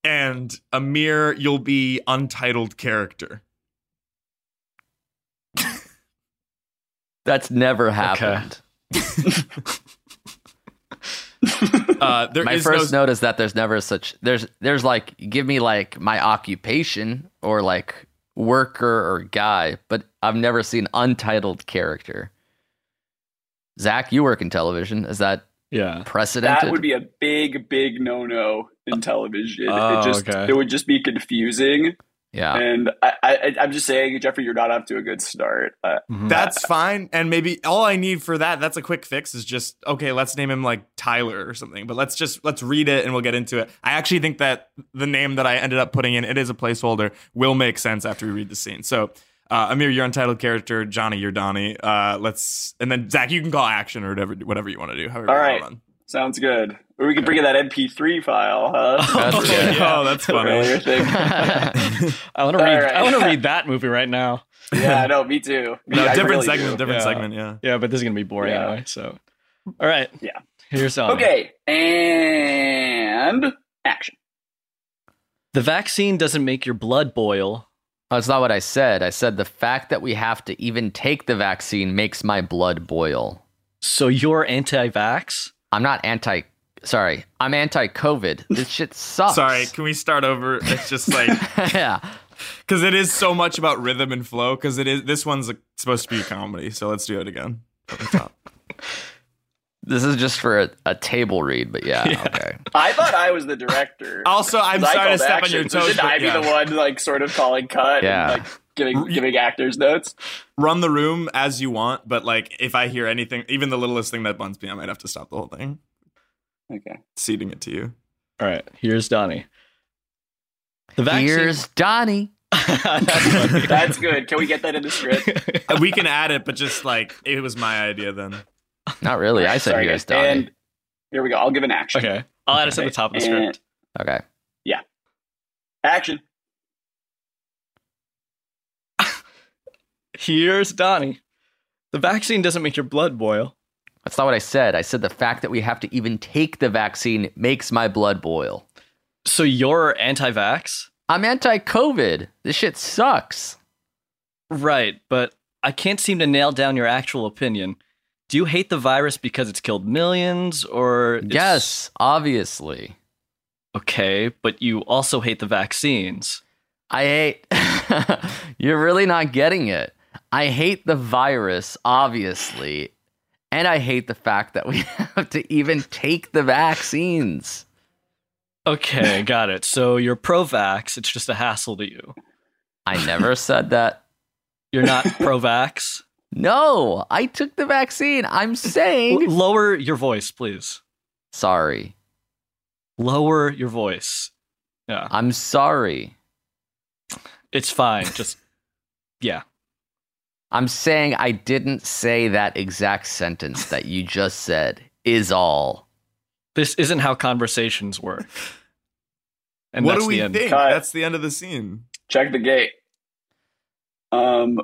[SPEAKER 6] And Amir, you'll be untitled character.
[SPEAKER 7] That's never happened.
[SPEAKER 6] Uh, there
[SPEAKER 7] my
[SPEAKER 6] is
[SPEAKER 7] first
[SPEAKER 6] no,
[SPEAKER 7] note is that there's never such there's there's like give me like my occupation or like worker or guy, but I've never seen untitled character. Zach, you work in television. Is that
[SPEAKER 9] Yeah.
[SPEAKER 7] precedented?
[SPEAKER 8] that would be a big, big no no in television.
[SPEAKER 9] Oh,
[SPEAKER 8] it just
[SPEAKER 9] okay.
[SPEAKER 8] it would just be confusing.
[SPEAKER 7] yeah.
[SPEAKER 8] and I, I, I'm just saying, Jeffrey, you're not off to a good start. Uh,
[SPEAKER 9] Mm.
[SPEAKER 6] That's fine. And maybe all I need for that, that's a quick fix, is just, okay, let's name him like Tyler or something. But let's just, let's read it and we'll get into it. I actually think that the name that I ended up putting in, it is a placeholder, will make sense after we read the scene. So, uh, Amir, your untitled character. Johnny, you're Donnie. Uh, let's, and then Zach, you can call action or whatever, whatever you want to do. However,
[SPEAKER 8] All
[SPEAKER 6] you
[SPEAKER 8] right.
[SPEAKER 6] want.
[SPEAKER 8] sounds good. Or we can bring in that MP3 file, huh?
[SPEAKER 7] That's
[SPEAKER 6] Oh,
[SPEAKER 7] good.
[SPEAKER 6] yeah, that's funny.
[SPEAKER 8] Earlier thing.
[SPEAKER 9] I want to
[SPEAKER 8] All
[SPEAKER 9] read.
[SPEAKER 8] right.
[SPEAKER 9] I want to read that movie right now.
[SPEAKER 8] Yeah, I know. Me too. Me-
[SPEAKER 6] No,
[SPEAKER 8] I
[SPEAKER 6] different
[SPEAKER 8] really
[SPEAKER 6] segment,
[SPEAKER 8] do.
[SPEAKER 6] different
[SPEAKER 9] Yeah.
[SPEAKER 6] segment, yeah.
[SPEAKER 9] Yeah, but this is gonna be boring
[SPEAKER 8] Yeah.
[SPEAKER 9] anyway. So, all right.
[SPEAKER 8] Yeah.
[SPEAKER 9] Here's um, on.
[SPEAKER 8] Okay, and action.
[SPEAKER 9] The vaccine doesn't make your blood boil,
[SPEAKER 7] Oh, That's not what I said. I said the fact that we have to even take the vaccine makes my blood boil.
[SPEAKER 9] So you're anti-vax?
[SPEAKER 7] I'm not anti. Sorry, I'm anti-COVID. This shit sucks.
[SPEAKER 6] Sorry, can we start over? It's just like
[SPEAKER 7] yeah.
[SPEAKER 6] because it is so much about rhythm and flow. Because it is this one's like, supposed to be a comedy, so let's do it again. From the top.
[SPEAKER 7] This is just for a, a table read, but yeah, okay.
[SPEAKER 8] I thought I was the director.
[SPEAKER 6] Also, I'm
[SPEAKER 8] 'Cause I
[SPEAKER 6] sorry to
[SPEAKER 8] called
[SPEAKER 6] step on
[SPEAKER 8] action.
[SPEAKER 6] your toes.
[SPEAKER 8] Shouldn't
[SPEAKER 6] but
[SPEAKER 8] I be
[SPEAKER 6] yeah.
[SPEAKER 8] the one like sort of calling cut
[SPEAKER 7] Yeah.
[SPEAKER 8] and like giving giving actors notes?
[SPEAKER 6] Run the room as you want, but like if I hear anything, even the littlest thing that buns me, I might have to stop the whole thing.
[SPEAKER 8] Okay.
[SPEAKER 6] Ceding it to you.
[SPEAKER 9] All right, here's Donnie. The vaccine.
[SPEAKER 7] Here's Donnie.
[SPEAKER 8] That's good. Can we get that in the script?
[SPEAKER 6] Uh, we can add it, but just like it was my idea then.
[SPEAKER 7] Not really. I said
[SPEAKER 8] Sorry,
[SPEAKER 7] here's
[SPEAKER 8] guys.
[SPEAKER 7] Donnie.
[SPEAKER 8] And here we go. I'll give an action.
[SPEAKER 9] okay, I'll add us at the top of the script.
[SPEAKER 7] okay.
[SPEAKER 8] Action.
[SPEAKER 9] Here's Donnie. The vaccine doesn't make your blood boil.
[SPEAKER 7] That's not what I said. I said the fact that we have to even take the vaccine makes my blood boil.
[SPEAKER 9] So you're anti-vax?
[SPEAKER 7] I'm anti-COVID. This shit sucks.
[SPEAKER 9] Right, but I can't seem to nail down your actual opinion. Do you hate the virus because it's killed millions or it's-
[SPEAKER 7] Yes, obviously.
[SPEAKER 9] Okay, but you also hate the vaccines.
[SPEAKER 7] I hate. You're really not getting it. I hate the virus, obviously, and I hate the fact that we have to even take the vaccines.
[SPEAKER 9] Okay, got it. So you're pro-vax, it's just a hassle to you.
[SPEAKER 7] I never said that.
[SPEAKER 9] You're not pro-vax?
[SPEAKER 7] No, I took the vaccine. I'm
[SPEAKER 9] L-
[SPEAKER 7] saying
[SPEAKER 9] lower your voice, please.
[SPEAKER 7] sorry.
[SPEAKER 9] Lower your voice. Yeah,
[SPEAKER 7] I'm sorry.
[SPEAKER 9] it's fine. Just yeah.
[SPEAKER 7] I'm saying I didn't say that exact sentence that you just said is all.
[SPEAKER 9] This isn't how conversations work. And
[SPEAKER 6] what
[SPEAKER 9] that's
[SPEAKER 6] do we
[SPEAKER 9] the end.
[SPEAKER 6] think?
[SPEAKER 8] Cut.
[SPEAKER 6] That's the end of the scene.
[SPEAKER 8] Check the gate. Um.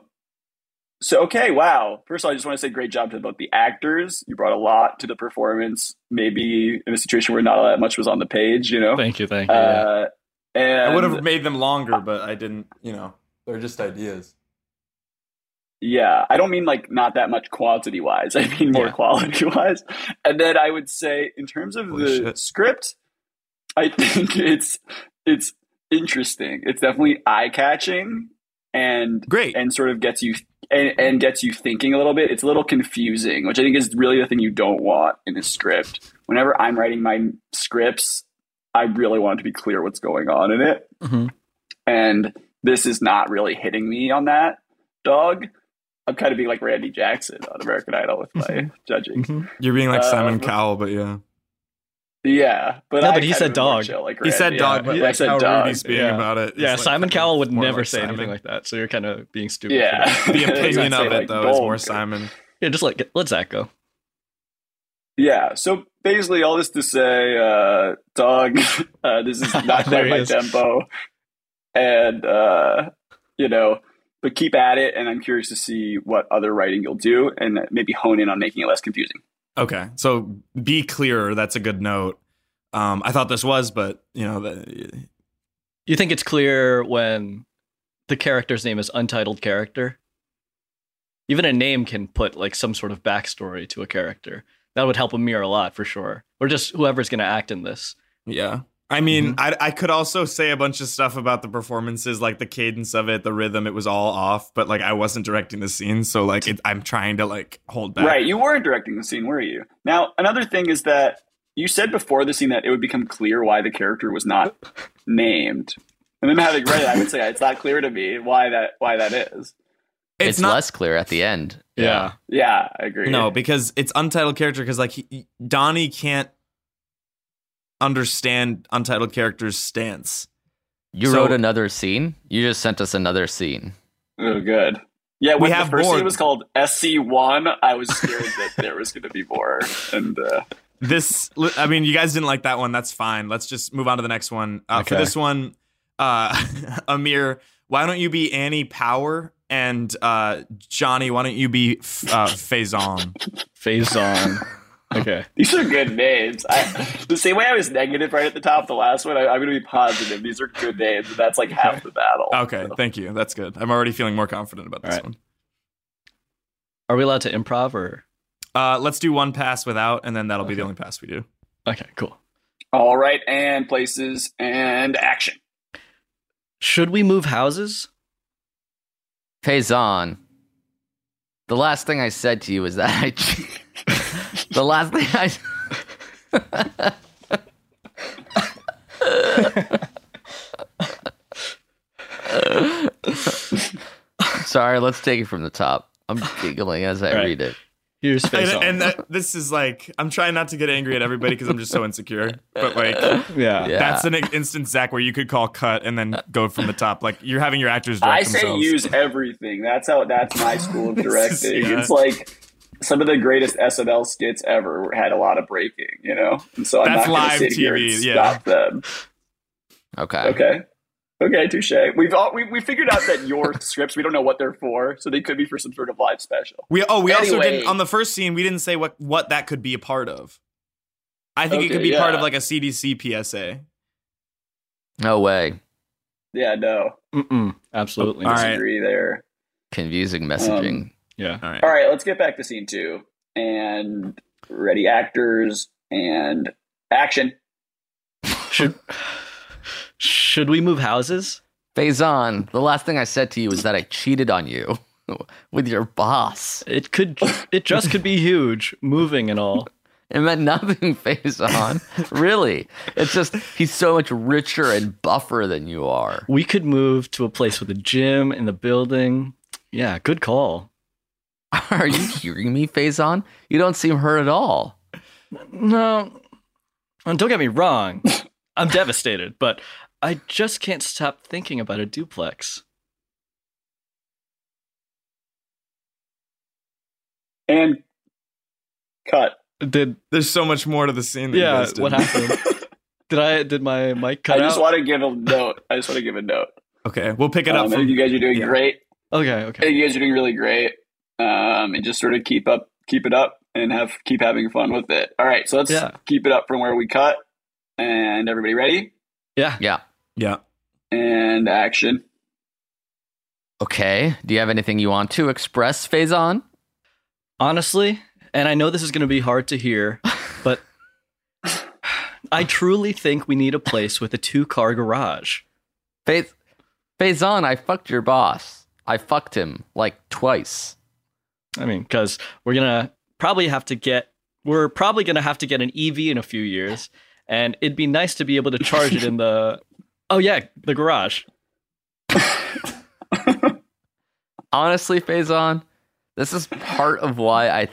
[SPEAKER 8] So okay, wow. First of all, I just want to say great job to both the actors. You brought a lot to the performance. Maybe in a situation where not all that much was on the page, you know.
[SPEAKER 9] Thank you, thank you. yeah.
[SPEAKER 8] Uh, and
[SPEAKER 6] I would have made them longer, but I didn't. You know, they're just ideas.
[SPEAKER 8] Yeah, I don't mean like not that much quantity wise. I mean more
[SPEAKER 9] Yeah.
[SPEAKER 8] quality wise. And then I would say in terms of
[SPEAKER 6] Holy
[SPEAKER 8] the
[SPEAKER 6] shit.
[SPEAKER 8] script, I think it's it's interesting. It's definitely eye catching and
[SPEAKER 6] Great.
[SPEAKER 8] and sort of gets you and, and gets you thinking a little bit. It's a little confusing, which I think is really the thing you don't want in a script. Whenever I'm writing my scripts, I really want it to be clear what's going on in it
[SPEAKER 9] Mhm.
[SPEAKER 8] and this is not really hitting me on that dog. I'm kind of being like Randy Jackson on American Idol with
[SPEAKER 9] Mm-hmm.
[SPEAKER 8] my judging.
[SPEAKER 6] You're being like Simon
[SPEAKER 8] Um,
[SPEAKER 6] Cowell, but yeah,
[SPEAKER 8] Yeah, but
[SPEAKER 9] No,
[SPEAKER 8] I
[SPEAKER 9] but he
[SPEAKER 8] kind
[SPEAKER 9] said
[SPEAKER 8] of am more
[SPEAKER 9] dog.
[SPEAKER 8] chill, like
[SPEAKER 6] he said
[SPEAKER 8] Randy.
[SPEAKER 6] dog, but
[SPEAKER 8] Yeah, I
[SPEAKER 6] like
[SPEAKER 8] said
[SPEAKER 6] how
[SPEAKER 8] dog.
[SPEAKER 6] Rudy's being
[SPEAKER 9] Yeah.
[SPEAKER 6] about it. is,
[SPEAKER 9] Yeah,
[SPEAKER 6] like,
[SPEAKER 9] Simon Cowell would
[SPEAKER 6] more
[SPEAKER 9] never
[SPEAKER 6] like
[SPEAKER 9] say anything
[SPEAKER 6] Simon.
[SPEAKER 9] like that. So you're kind of being stupid. for that.
[SPEAKER 8] Yeah,
[SPEAKER 6] The opinion
[SPEAKER 8] I'd say,
[SPEAKER 6] of
[SPEAKER 8] like,
[SPEAKER 6] it though is
[SPEAKER 8] dog.
[SPEAKER 6] more Simon.
[SPEAKER 9] yeah, just like let Zach go.
[SPEAKER 8] Yeah, so basically, all this to say, uh, dog, uh, this is not
[SPEAKER 9] There
[SPEAKER 8] there
[SPEAKER 9] he
[SPEAKER 8] my
[SPEAKER 9] is.
[SPEAKER 8] tempo, and uh, you know, but keep at it. And I'm curious to see what other writing you'll do, and maybe hone in on making it less confusing.
[SPEAKER 6] Okay, so be clearer. That's a good note. Um, I thought this was, but you know, the,
[SPEAKER 9] You think it's clear when the character's name is untitled character? Even a name can put like some sort of backstory to a character. That would help Amir a lot for sure, or just whoever's going to act in this.
[SPEAKER 6] yeah. I
[SPEAKER 8] Mm-hmm.
[SPEAKER 6] mean, I I could also say a bunch of stuff about the performances, like the cadence of it, the rhythm. It was all off, but like I wasn't directing the scene, so like it, I'm trying to like hold back.
[SPEAKER 8] Right, you weren't directing the scene, were you? Now, another thing is that you said before the scene that it would become clear why the character was not named. And then having read it, I would say it's not clear to me why that why that is.
[SPEAKER 7] It's, less clear at the end.
[SPEAKER 8] Yeah, I agree.
[SPEAKER 6] No, because it's untitled character. Because like he, Donnie can't understand untitled character's stance.
[SPEAKER 7] You
[SPEAKER 6] So-
[SPEAKER 7] wrote another scene? You just sent us another scene.
[SPEAKER 8] oh, good. Yeah,
[SPEAKER 6] We
[SPEAKER 8] when
[SPEAKER 6] have
[SPEAKER 8] the first
[SPEAKER 6] more.
[SPEAKER 8] scene was called SC One, I was scared that there was going to be more. And uh,
[SPEAKER 6] This, I mean, you guys didn't like that one. That's fine. Let's just move on to the next one. Uh, For
[SPEAKER 9] Okay.
[SPEAKER 6] this one, uh, Amir, why don't you be Annie Power and uh, Johnny? Why don't you be uh, Faison?
[SPEAKER 9] Phase on. Okay.
[SPEAKER 8] These are good names. I, the same way I was negative right at the top of the last one, I, I'm going to be positive. These are good names. and That's like half the battle.
[SPEAKER 6] Okay, thank you. That's good. I'm already feeling more confident about this
[SPEAKER 9] All right.
[SPEAKER 6] one.
[SPEAKER 9] Are we allowed to improv or?
[SPEAKER 6] Uh, let's do one pass without, and then that'll be the only pass we do.
[SPEAKER 9] Okay, cool.
[SPEAKER 8] All right, and places and action.
[SPEAKER 9] Should we move houses?
[SPEAKER 7] Faison, the last thing I said to you was that I. the last thing I. Sorry, let's take it from the top. I'm giggling as I
[SPEAKER 9] All right.
[SPEAKER 7] read it.
[SPEAKER 9] Here's face
[SPEAKER 6] and
[SPEAKER 9] on.
[SPEAKER 6] and that, this is like, I'm trying not to get angry at everybody because I'm just so insecure. But like,
[SPEAKER 9] yeah.
[SPEAKER 7] Yeah.
[SPEAKER 6] that's an instance, Zach, where you could call cut and then go from the top. Like you're having your actors direct
[SPEAKER 8] I say
[SPEAKER 6] themselves.
[SPEAKER 8] use everything. That's how. That's my school of
[SPEAKER 6] This is-
[SPEAKER 8] directing.
[SPEAKER 6] yeah.
[SPEAKER 8] It's like some of the greatest SNL skits ever had a lot of breaking. You know, and so
[SPEAKER 6] That's
[SPEAKER 8] I'm not
[SPEAKER 6] live
[SPEAKER 8] going to sit here and
[SPEAKER 6] TV, yeah.
[SPEAKER 8] stop them.
[SPEAKER 7] Okay.
[SPEAKER 8] Okay. Okay, touche. We've all we, we figured out that your scripts we don't know what they're for, so they could be for some sort of live special.
[SPEAKER 6] We oh we also
[SPEAKER 8] Anyway.
[SPEAKER 6] didn't on the first scene we didn't say what what that could be a part of. I think it
[SPEAKER 8] Okay,
[SPEAKER 6] could be part
[SPEAKER 8] yeah.
[SPEAKER 6] of like a CDC PSA.
[SPEAKER 7] No way.
[SPEAKER 8] Yeah, no,
[SPEAKER 9] Mm-mm. Absolutely.
[SPEAKER 6] All right.
[SPEAKER 8] disagree there.
[SPEAKER 7] Confusing messaging.
[SPEAKER 9] Yeah.
[SPEAKER 6] All right.
[SPEAKER 8] All right, let's get back to scene two and ready actors and action.
[SPEAKER 9] Should should we move houses?
[SPEAKER 7] Faison, the last thing I said to you was that I cheated on you with your boss.
[SPEAKER 9] It could. It just could be huge, moving and all.
[SPEAKER 7] It meant nothing, Faison. really. It's just he's so much richer and buffer than you are.
[SPEAKER 9] We could move to a place with a gym in the building. Yeah, good call.
[SPEAKER 7] Are you hearing me, Faison? You don't seem hurt at all.
[SPEAKER 9] No, and don't get me wrong. I'm devastated, but I just can't stop thinking about a duplex.
[SPEAKER 8] And cut.
[SPEAKER 9] Did
[SPEAKER 6] There's so much more to the scene. That you
[SPEAKER 9] yeah?
[SPEAKER 6] guys did.
[SPEAKER 9] What happened? did I? Did my mic cut
[SPEAKER 8] I just
[SPEAKER 9] out?
[SPEAKER 8] want to give a note. I just want to give a note.
[SPEAKER 6] Okay, we'll pick it
[SPEAKER 8] Um,
[SPEAKER 6] up.
[SPEAKER 8] I
[SPEAKER 6] From,
[SPEAKER 8] think you guys are doing
[SPEAKER 6] yeah.
[SPEAKER 8] great.
[SPEAKER 9] okay.
[SPEAKER 8] I think
[SPEAKER 9] Okay.
[SPEAKER 8] you guys are doing really great. Um, and just sort of keep up, keep it up, and have keep having fun with it. All right, so let's
[SPEAKER 9] Yeah.
[SPEAKER 8] keep it up from where we cut. And everybody ready?
[SPEAKER 9] Yeah.
[SPEAKER 7] Yeah.
[SPEAKER 6] yeah.
[SPEAKER 8] And action.
[SPEAKER 7] Okay. Do you have anything you want to express, Faison?
[SPEAKER 9] honestly, and I know this is going to be hard to hear, but I truly think we need a place with a two car garage.
[SPEAKER 7] Faz- Faison, I fucked your boss. I fucked him like twice.
[SPEAKER 9] I mean, because we're going to probably have to get, we're probably going to have to get an EV in a few years. And it'd be nice to be able to charge it in the, oh, yeah, the garage.
[SPEAKER 7] honestly, Faison, this is part of why I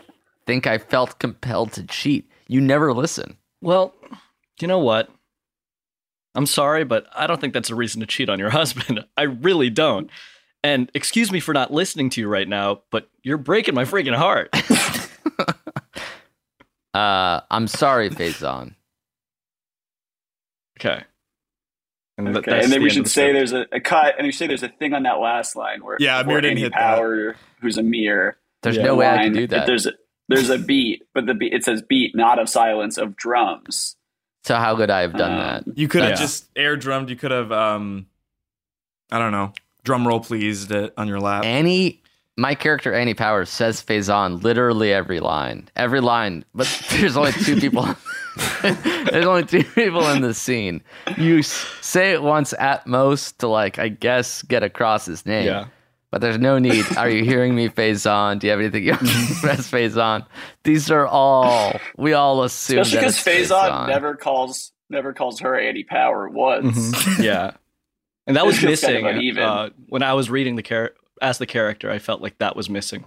[SPEAKER 7] think I felt compelled to cheat. You never listen.
[SPEAKER 9] Well, you know what? I'm sorry, but I don't think that's a reason to cheat on your husband. I really don't. And excuse me for not listening to you right now, but you're breaking my freaking heart.
[SPEAKER 7] Uh, I'm sorry, Faison.
[SPEAKER 9] Okay. And, th-
[SPEAKER 8] Okay.
[SPEAKER 9] that's
[SPEAKER 8] And then
[SPEAKER 9] the
[SPEAKER 8] we
[SPEAKER 9] end of
[SPEAKER 8] should
[SPEAKER 9] the
[SPEAKER 8] say
[SPEAKER 9] script.
[SPEAKER 8] there's a, a cut, and we should say there's a thing on that last line where
[SPEAKER 6] Yeah,
[SPEAKER 8] before
[SPEAKER 6] Amir didn't
[SPEAKER 8] any
[SPEAKER 6] hit that.
[SPEAKER 8] power who's a mirror.
[SPEAKER 7] There's
[SPEAKER 9] Yeah.
[SPEAKER 7] no way I
[SPEAKER 8] line,
[SPEAKER 7] can do
[SPEAKER 8] if
[SPEAKER 7] that.
[SPEAKER 8] There's a, there's a beat, but the beat it says beat, not of silence, of drums.
[SPEAKER 7] So how could I have done
[SPEAKER 8] Um,
[SPEAKER 7] that?
[SPEAKER 6] You could have
[SPEAKER 9] Yeah.
[SPEAKER 6] just air drummed. You could have um, I don't know. Drum roll, please, it on your lap.
[SPEAKER 9] Eh.
[SPEAKER 7] Annie, my character Annie Powers says Faison literally every line, every line. But there's only two people. there's only two people in the scene. You s- say it once at most to like, I guess, get across his name.
[SPEAKER 9] Yeah.
[SPEAKER 7] But there's no need. Are you hearing me, Faison? Do you have anything you want to express, Faison? These are all we all assume.
[SPEAKER 8] Especially
[SPEAKER 7] that
[SPEAKER 8] because
[SPEAKER 7] it's
[SPEAKER 8] Faison
[SPEAKER 7] Faison
[SPEAKER 8] never calls never calls her Annie Power once.
[SPEAKER 9] Mm-hmm. yeah. And that was
[SPEAKER 8] It's just kind of
[SPEAKER 9] missing
[SPEAKER 8] uneven.
[SPEAKER 9] uh, when I was reading the character as the character. I felt like that was missing.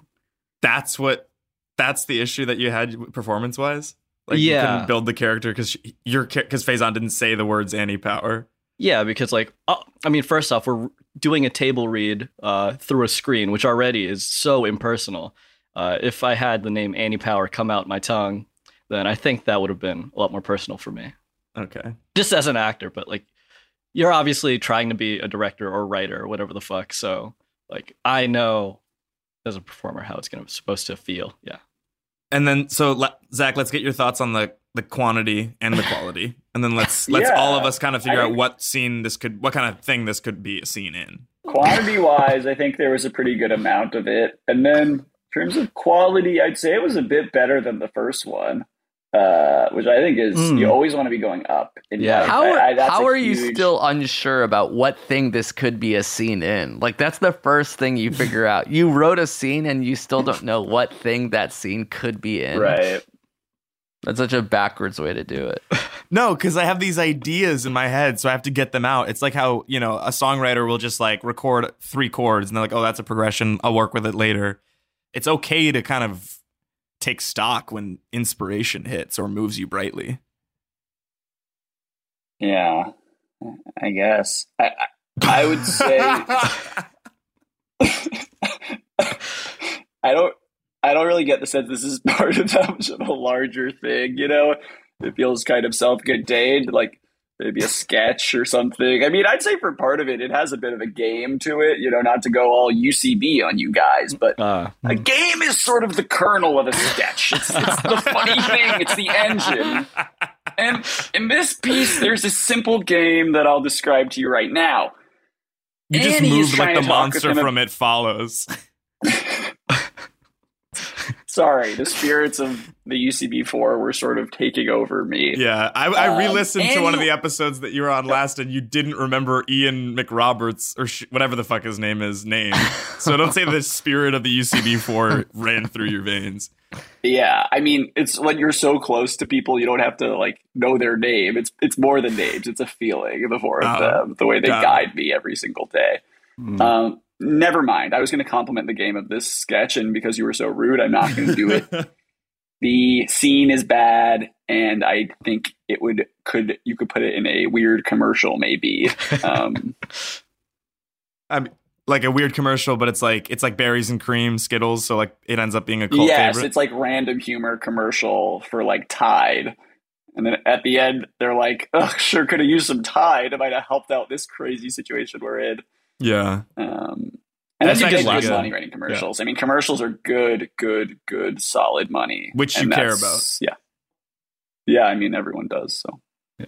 [SPEAKER 6] That's what. That's the issue that you had performance wise. Like you
[SPEAKER 9] Yeah.
[SPEAKER 6] couldn't build the character because your because Faison didn't say the words Annie Power.
[SPEAKER 9] Yeah, because like, oh, I mean, first off, we're doing a table read uh, through a screen, which already is so impersonal. Uh, if I had the name Annie Power come out my tongue, then I think that would have been a lot more personal for me.
[SPEAKER 6] Okay.
[SPEAKER 9] Just as an actor, but like, you're obviously trying to be a director or writer or whatever the fuck. So like, I know as a performer how it's gonna supposed to feel. Yeah.
[SPEAKER 6] and then so le- Zach, let's get your thoughts on the the quantity and the quality, and then let's let's
[SPEAKER 8] Yeah,
[SPEAKER 6] all of us kind of figure
[SPEAKER 8] I-
[SPEAKER 6] out what scene this could, what kind of thing this could be a scene in.
[SPEAKER 7] Mm-hmm.
[SPEAKER 8] Quantity wise, I think there was a pretty good amount of it. And then in terms of quality, I'd say it was a bit better than the first one, uh, which I think is
[SPEAKER 7] Mm.
[SPEAKER 8] you always want to be going up. in life.
[SPEAKER 7] How are,
[SPEAKER 8] I- I- that's
[SPEAKER 7] how
[SPEAKER 8] a
[SPEAKER 7] are you
[SPEAKER 8] huge-
[SPEAKER 7] still unsure about what thing this could be a scene in? Like that's the first thing you figure out. You wrote a scene and you still don't know what thing that scene could be in.
[SPEAKER 8] Right.
[SPEAKER 7] That's such a backwards way to do it.
[SPEAKER 6] No, because I have these ideas in my head, so I have to get them out. It's like how you know a songwriter will just like record three chords, and they're like, "Oh, that's a progression. I'll work with it later." It's okay to kind of take stock when inspiration hits or moves you brightly.
[SPEAKER 8] Yeah, I guess. I, I, I would say I don't. I don't really get the sense this is part of that much of a larger thing. You know, it feels kind of self-contained, like maybe a sketch or something. I mean, I'd say for part of it, it has a bit of a game to it. You know, not to go all UCB on you guys, but
[SPEAKER 9] Uh,
[SPEAKER 8] a game is sort of the kernel of a sketch. It's, it's the funny thing. It's the engine. And in this piece, there's a simple game that I'll describe to you right now.
[SPEAKER 6] You just
[SPEAKER 8] Annie's
[SPEAKER 6] moved like
[SPEAKER 8] trying to
[SPEAKER 6] the
[SPEAKER 8] talk with
[SPEAKER 6] monster
[SPEAKER 8] him ab-
[SPEAKER 6] from It Follows.
[SPEAKER 8] Sorry, the spirits of the UCB four were sort of taking over me.
[SPEAKER 6] Yeah, I, I
[SPEAKER 8] Um,
[SPEAKER 6] re-listened to one of
[SPEAKER 8] Annie-
[SPEAKER 6] the episodes that you were on last, and you didn't remember Ian McRoberts or sh- whatever the fuck his name is name. So don't say the spirit of the UCB four ran through your veins.
[SPEAKER 8] Yeah, I mean, it's when you're so close to people, you don't have to like know their name. It's it's more than names; it's a feeling. The four of
[SPEAKER 6] Oh,
[SPEAKER 8] them, the way they
[SPEAKER 6] got it. Hmm.
[SPEAKER 8] guide me every single day.
[SPEAKER 9] Mm.
[SPEAKER 8] Um, never mind. I was going to compliment the game of this sketch, and because you were so rude, I'm not going to do it. the scene is bad, and I think it would could you could put it in a weird commercial, maybe. Um,
[SPEAKER 6] I'm like a weird commercial, but it's like it's like berries and cream Skittles. So like it ends up being a cult
[SPEAKER 8] yes,
[SPEAKER 6] favorite.
[SPEAKER 8] it's like random humor commercial for like Tide. And then at the end, they're like, "Ugh, sure could have used some Tide. It might have helped out this crazy situation we're in."
[SPEAKER 6] yeah,
[SPEAKER 8] Um, and
[SPEAKER 6] That's
[SPEAKER 8] that's, actually
[SPEAKER 6] actually
[SPEAKER 8] good
[SPEAKER 6] good.
[SPEAKER 8] money writing commercials. I mean, commercials are good, good, good, solid money,
[SPEAKER 6] Which you
[SPEAKER 8] And
[SPEAKER 6] care
[SPEAKER 8] that's- Yeah, yeah. I mean, everyone does. So,
[SPEAKER 9] Yeah.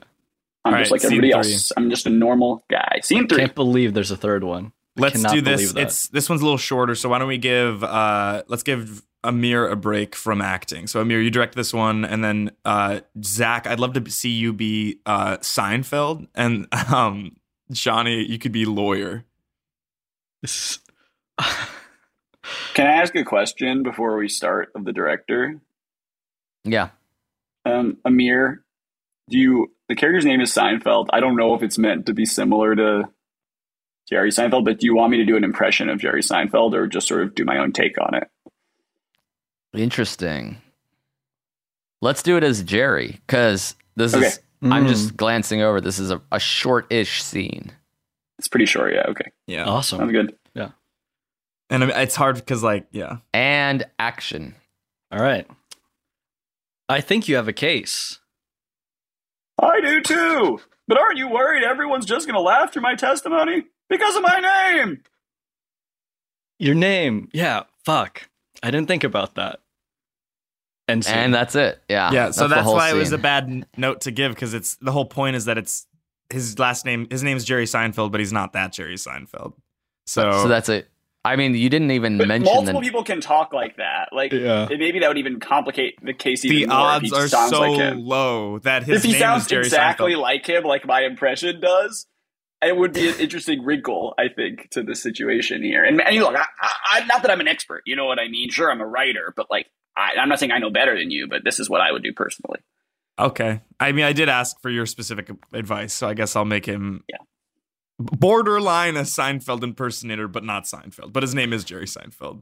[SPEAKER 8] I'm
[SPEAKER 6] All
[SPEAKER 8] just
[SPEAKER 6] right,
[SPEAKER 8] like everybody
[SPEAKER 6] scene three.
[SPEAKER 8] else. I'm just a normal guy. Scene
[SPEAKER 9] I
[SPEAKER 8] three.
[SPEAKER 9] can't believe there's a third one. I
[SPEAKER 6] let's
[SPEAKER 9] cannot
[SPEAKER 6] do this.
[SPEAKER 9] believe that.
[SPEAKER 6] It's this one's a little shorter, so why don't we give uh let's give Amir a break from acting. So Amir, you direct this one, and then uh Zach, I'd love to see you be uh Seinfeld, and um Johnny, you could be lawyer.
[SPEAKER 9] This-
[SPEAKER 8] Can I ask a question before we start of the director?
[SPEAKER 7] Yeah.
[SPEAKER 8] Um, Amir, do you? The character's name is Seinfeld. I don't know if it's meant to be similar to Jerry Seinfeld, but do you want me to do an impression of Jerry Seinfeld or just sort of do my own take on it?
[SPEAKER 7] Interesting. Let's do it as Jerry, because this
[SPEAKER 8] Okay.
[SPEAKER 7] is I'm
[SPEAKER 9] Mm.
[SPEAKER 7] just glancing over. This is a, a short ish scene.
[SPEAKER 8] It's pretty short, yeah. Okay,
[SPEAKER 7] uh,
[SPEAKER 6] Yeah.
[SPEAKER 8] sounds
[SPEAKER 9] awesome.
[SPEAKER 8] good.
[SPEAKER 6] And I mean, it's hard because like, yeah.
[SPEAKER 7] And action.
[SPEAKER 9] All right. I think you have a case.
[SPEAKER 8] I do too. But aren't you worried everyone's just going to laugh through my testimony because of my name?
[SPEAKER 9] Your name. Yeah. Fuck. I didn't think about that. And, so,
[SPEAKER 7] And Ah, that's it. Yeah.
[SPEAKER 6] yeah, so
[SPEAKER 7] the
[SPEAKER 6] that's,
[SPEAKER 7] whole
[SPEAKER 6] why it was a
[SPEAKER 7] scene.
[SPEAKER 6] bad n- note to give because it's the whole point is that it's his last name. His name's Jerry Seinfeld, but he's not that Jerry Seinfeld. So,
[SPEAKER 7] So that's it. I mean, you didn't even
[SPEAKER 8] But
[SPEAKER 7] mention
[SPEAKER 8] multiple
[SPEAKER 7] the
[SPEAKER 8] people can talk like that. Like
[SPEAKER 9] Yeah.
[SPEAKER 8] and maybe that would even complicate the case even
[SPEAKER 6] the
[SPEAKER 8] more if
[SPEAKER 6] odds
[SPEAKER 8] he
[SPEAKER 6] are
[SPEAKER 8] sounds
[SPEAKER 6] so
[SPEAKER 8] like him.
[SPEAKER 6] low that his
[SPEAKER 8] if he
[SPEAKER 6] name
[SPEAKER 8] sounds
[SPEAKER 6] is Jerry
[SPEAKER 8] exactly
[SPEAKER 6] Seinfeld.
[SPEAKER 8] like him, like my impression does, it would be an interesting wrinkle, I think, to the situation here. And, and look, I, I, I- not that I'm an expert, you know what I mean? Sure, I'm a writer, but like, I, I'm not saying I know better than you, but this is what I would do personally.
[SPEAKER 6] Okay, I mean, I did ask for your specific advice, so I guess I'll make him
[SPEAKER 8] Yeah.
[SPEAKER 6] borderline a Seinfeld impersonator, but not Seinfeld. But his name is Jerry Seinfeld.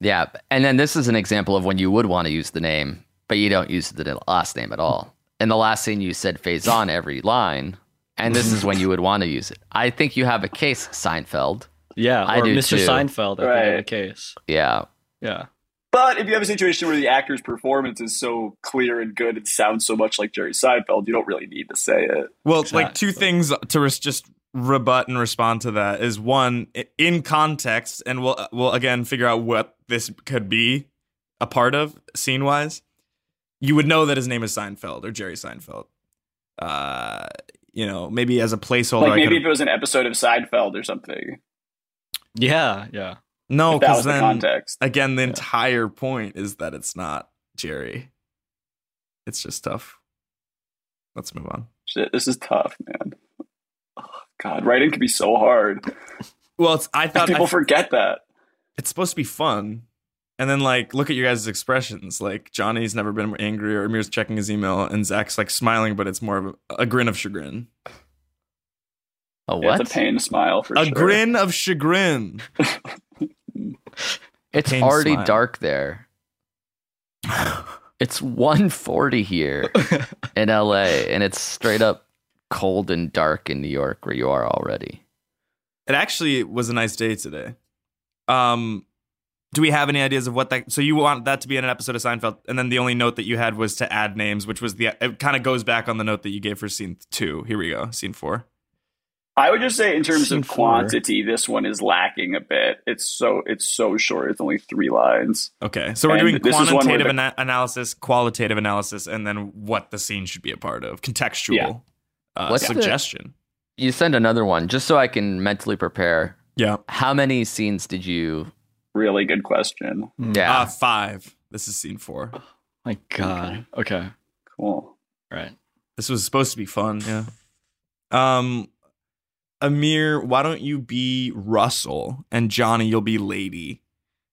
[SPEAKER 7] Yeah, and then this is an example of when you would want to use the name, but you don't use the last name at all. In the last scene, you said phase on every line, and this is when you would want to use it. I think you have a case, Seinfeld.
[SPEAKER 9] yeah.
[SPEAKER 7] I
[SPEAKER 9] Or
[SPEAKER 7] do
[SPEAKER 9] Mr.
[SPEAKER 7] too.
[SPEAKER 9] Seinfeld. I think I have a
[SPEAKER 8] Right.
[SPEAKER 9] case.
[SPEAKER 7] Yeah,
[SPEAKER 9] Yeah.
[SPEAKER 8] But if you have a situation where the actor's performance is so clear and good and sounds so much like Jerry Seinfeld, you don't really need to say it.
[SPEAKER 6] Well,
[SPEAKER 9] Exactly.
[SPEAKER 6] like two things to res- just rebut and respond to that is one i- in context, and we'll we'll again figure out what this could be a part of scene wise, you would know that his name is Seinfeld or Jerry Seinfeld. Uh, you know, maybe as a placeholder,
[SPEAKER 8] like
[SPEAKER 6] I
[SPEAKER 8] maybe
[SPEAKER 6] could've-
[SPEAKER 8] if it was an episode of Seinfeld or something.
[SPEAKER 9] Yeah, yeah.
[SPEAKER 6] No,
[SPEAKER 8] If that
[SPEAKER 6] because
[SPEAKER 8] was the
[SPEAKER 6] Oh, then
[SPEAKER 8] context.
[SPEAKER 6] again, the entire point is that it's not Jerry. It's just tough. Let's move on.
[SPEAKER 8] Shit, this is tough, man. Oh, God, writing can be so hard.
[SPEAKER 6] Well, it's, I thought
[SPEAKER 8] People
[SPEAKER 6] I-
[SPEAKER 8] forget that.
[SPEAKER 6] it's supposed to be fun. And then like look at your guys' expressions. Like Johnny's never been angry, or Amir's checking his email, and Zach's like smiling, but it's more of a, a grin of chagrin.
[SPEAKER 7] A
[SPEAKER 8] Yeah,
[SPEAKER 7] what?
[SPEAKER 8] It's a pain to smile for
[SPEAKER 6] a
[SPEAKER 8] sure.
[SPEAKER 6] grin of chagrin.
[SPEAKER 7] It's
[SPEAKER 6] Pain
[SPEAKER 7] already
[SPEAKER 6] smile.
[SPEAKER 7] dark there. it's 140 here in LA and it's straight up cold and dark in New York where you are already.
[SPEAKER 6] It actually was a nice day today. Um, do we have any ideas of what that? So you want that to be in an episode of Seinfeld, and then the only note that you had was to add names, which was the it kind of goes back on the note that you gave for scene two. Here we go, scene four.
[SPEAKER 8] I would just say in terms
[SPEAKER 9] Scene
[SPEAKER 8] of
[SPEAKER 9] four.
[SPEAKER 8] quantity, this one is lacking a bit. It's so it's so short. It's only three lines.
[SPEAKER 6] Okay, so we're
[SPEAKER 8] And
[SPEAKER 6] doing
[SPEAKER 8] this is one where
[SPEAKER 6] quantitative
[SPEAKER 8] the-
[SPEAKER 6] ana- analysis, qualitative analysis, and then what the scene should be a part of, contextual
[SPEAKER 8] Yeah.
[SPEAKER 6] uh,
[SPEAKER 7] What's the-
[SPEAKER 6] suggestion.
[SPEAKER 7] You send another one just so I can mentally prepare.
[SPEAKER 6] Yeah,
[SPEAKER 7] How many scenes did you
[SPEAKER 8] Really good question.
[SPEAKER 7] Yeah.
[SPEAKER 6] Uh, five. This is scene four.
[SPEAKER 9] Hmm. My God. Okay.
[SPEAKER 8] Cool.
[SPEAKER 9] All right.
[SPEAKER 6] This was supposed to be fun. Yeah. Um, Amir, why don't you be Russell and Johnny? You'll be Lady,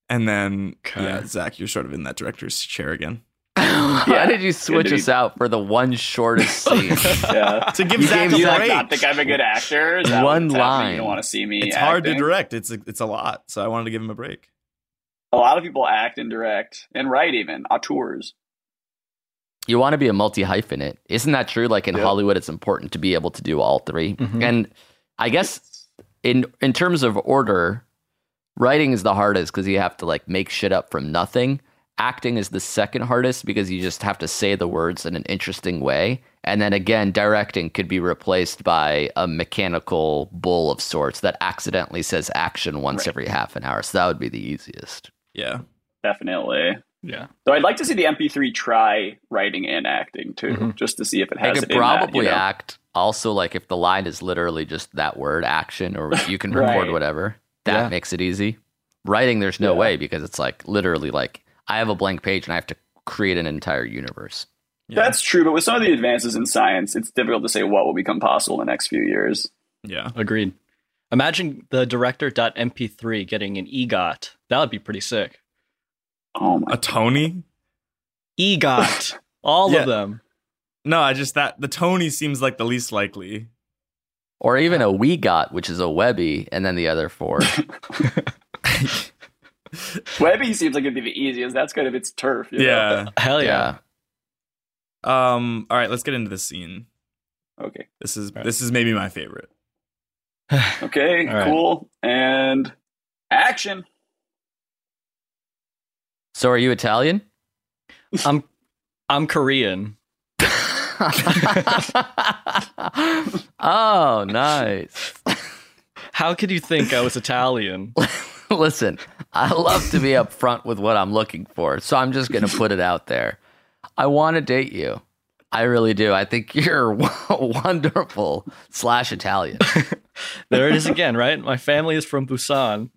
[SPEAKER 6] and then
[SPEAKER 9] Okay.
[SPEAKER 6] yeah, Zach, you're sort of in that director's chair again
[SPEAKER 7] Why
[SPEAKER 8] Yeah,
[SPEAKER 7] did you
[SPEAKER 8] good
[SPEAKER 7] switch
[SPEAKER 8] to
[SPEAKER 7] us
[SPEAKER 8] be-
[SPEAKER 7] out for the one shortest scene?
[SPEAKER 8] Yeah.
[SPEAKER 6] to give
[SPEAKER 7] You
[SPEAKER 6] Zach
[SPEAKER 7] gave
[SPEAKER 6] a
[SPEAKER 8] you like
[SPEAKER 6] break.
[SPEAKER 8] not think I'm a good actor? Is that
[SPEAKER 7] One
[SPEAKER 8] what's happening? You
[SPEAKER 7] line.
[SPEAKER 8] don't want to see me.
[SPEAKER 6] it's hard to
[SPEAKER 8] acting?
[SPEAKER 6] direct. It's a, it's a lot, so I wanted to give him a break.
[SPEAKER 8] A lot of people act and direct and write even auteurs.
[SPEAKER 7] you want to be a multi hyphenate. Isn't that true? Like in Hollywood, it's important to be able to do all 3
[SPEAKER 8] Mm-hmm.
[SPEAKER 9] Mhm.
[SPEAKER 7] And I guess in in terms of order, writing is the hardest because you have to like make shit up from nothing. Acting is the second hardest because you just have to say the words in an interesting way. And then again, directing could be replaced by a mechanical bull of sorts that accidentally says action once
[SPEAKER 8] Right.
[SPEAKER 7] every half an hour. So that would be the easiest.
[SPEAKER 6] Yeah.
[SPEAKER 8] Definitely.
[SPEAKER 9] Yeah.
[SPEAKER 8] Though I'd like to see the MP3 try writing and acting too,
[SPEAKER 9] Mhm.
[SPEAKER 8] just to see if it
[SPEAKER 7] Mm-hmm. They
[SPEAKER 8] has
[SPEAKER 7] could
[SPEAKER 8] it in that, you
[SPEAKER 7] probably
[SPEAKER 8] know?
[SPEAKER 7] act also like if the line is literally just that word action or you can
[SPEAKER 8] Right.
[SPEAKER 7] record whatever. That
[SPEAKER 6] Yeah.
[SPEAKER 7] makes it easy. Writing there's no
[SPEAKER 8] Yeah.
[SPEAKER 7] way because it's like literally like I have a blank page and I have to create an entire universe.
[SPEAKER 6] Yeah.
[SPEAKER 8] That's true, but with some of the advances in science, it's difficult to say what will become possible in the next few years.
[SPEAKER 6] yeah.
[SPEAKER 9] Agreed. Imagine the director.mp3 getting an EGOT. That would be pretty sick.
[SPEAKER 8] Oh my!
[SPEAKER 6] A Tony?
[SPEAKER 9] EGOT. All
[SPEAKER 6] Yeah.
[SPEAKER 9] of them.
[SPEAKER 6] No, I just that the Tony seems like the least likely.
[SPEAKER 7] Or even a we got, which is a Webby, and then the other four.
[SPEAKER 8] Webby seems like it'd be the easiest. That's kind of its turf. you know?
[SPEAKER 6] Yeah.
[SPEAKER 8] Oh,
[SPEAKER 9] Hell yeah.
[SPEAKER 6] Um. All right. Let's get into the scene.
[SPEAKER 8] Okay.
[SPEAKER 6] This is
[SPEAKER 9] All right.
[SPEAKER 6] this is maybe my favorite.
[SPEAKER 8] Okay.
[SPEAKER 9] All right.
[SPEAKER 8] Cool. And action.
[SPEAKER 7] So are you Italian?
[SPEAKER 9] I'm I'm Korean.
[SPEAKER 7] oh, nice.
[SPEAKER 9] How could you think I was Italian?
[SPEAKER 7] Listen, I love to be upfront with what I'm looking for, so I'm just going to put it out there. I want to date you. I really do. I think you're wonderful slash Italian.
[SPEAKER 9] There it is again, right? My family is from Busan.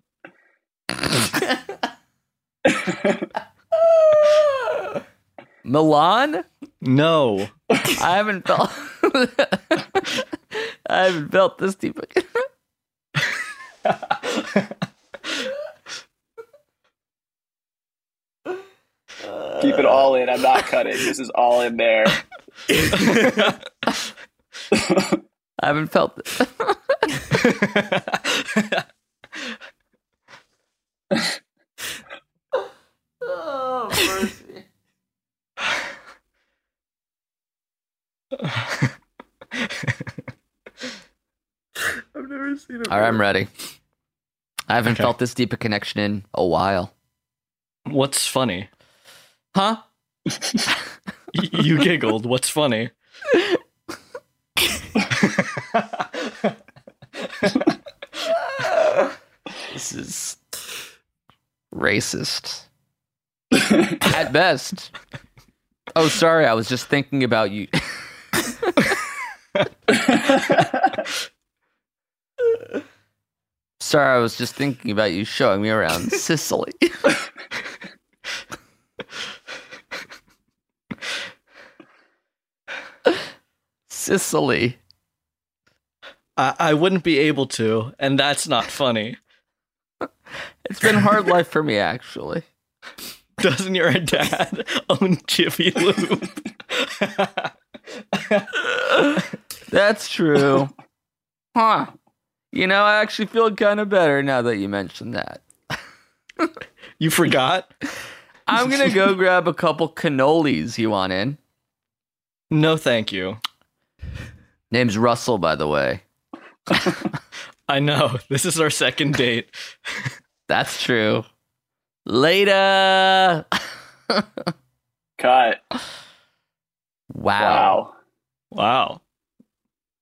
[SPEAKER 7] Milan?
[SPEAKER 9] No.
[SPEAKER 7] I haven't felt. I haven't felt this deep.
[SPEAKER 8] Keep it all in. I'm not cutting. This is all in there.
[SPEAKER 7] I haven't felt. All right, I'm ready. I haven't
[SPEAKER 9] Okay.
[SPEAKER 7] felt this deep a connection in a while.
[SPEAKER 9] What's funny?
[SPEAKER 7] Huh?
[SPEAKER 9] Y- you giggled. What's funny?
[SPEAKER 7] This is racist. At best. Oh, sorry. I was just thinking about you. sorry, I was just thinking about you showing me around Sicily. Sicily.
[SPEAKER 9] I, I wouldn't be able to, and that's not funny.
[SPEAKER 7] It's been a hard life for me, actually.
[SPEAKER 9] Doesn't your dad own Jiffy Lube?
[SPEAKER 7] That's true. Huh. You know, I actually feel kind of better now that you mentioned that.
[SPEAKER 9] You forgot?
[SPEAKER 7] I'm going to go grab a couple cannolis. You want in?
[SPEAKER 9] No, thank you.
[SPEAKER 7] Name's Russell, by the way.
[SPEAKER 9] I know. This is our second date.
[SPEAKER 7] That's true. Later. wow.
[SPEAKER 8] Cut. Wow.
[SPEAKER 9] Wow.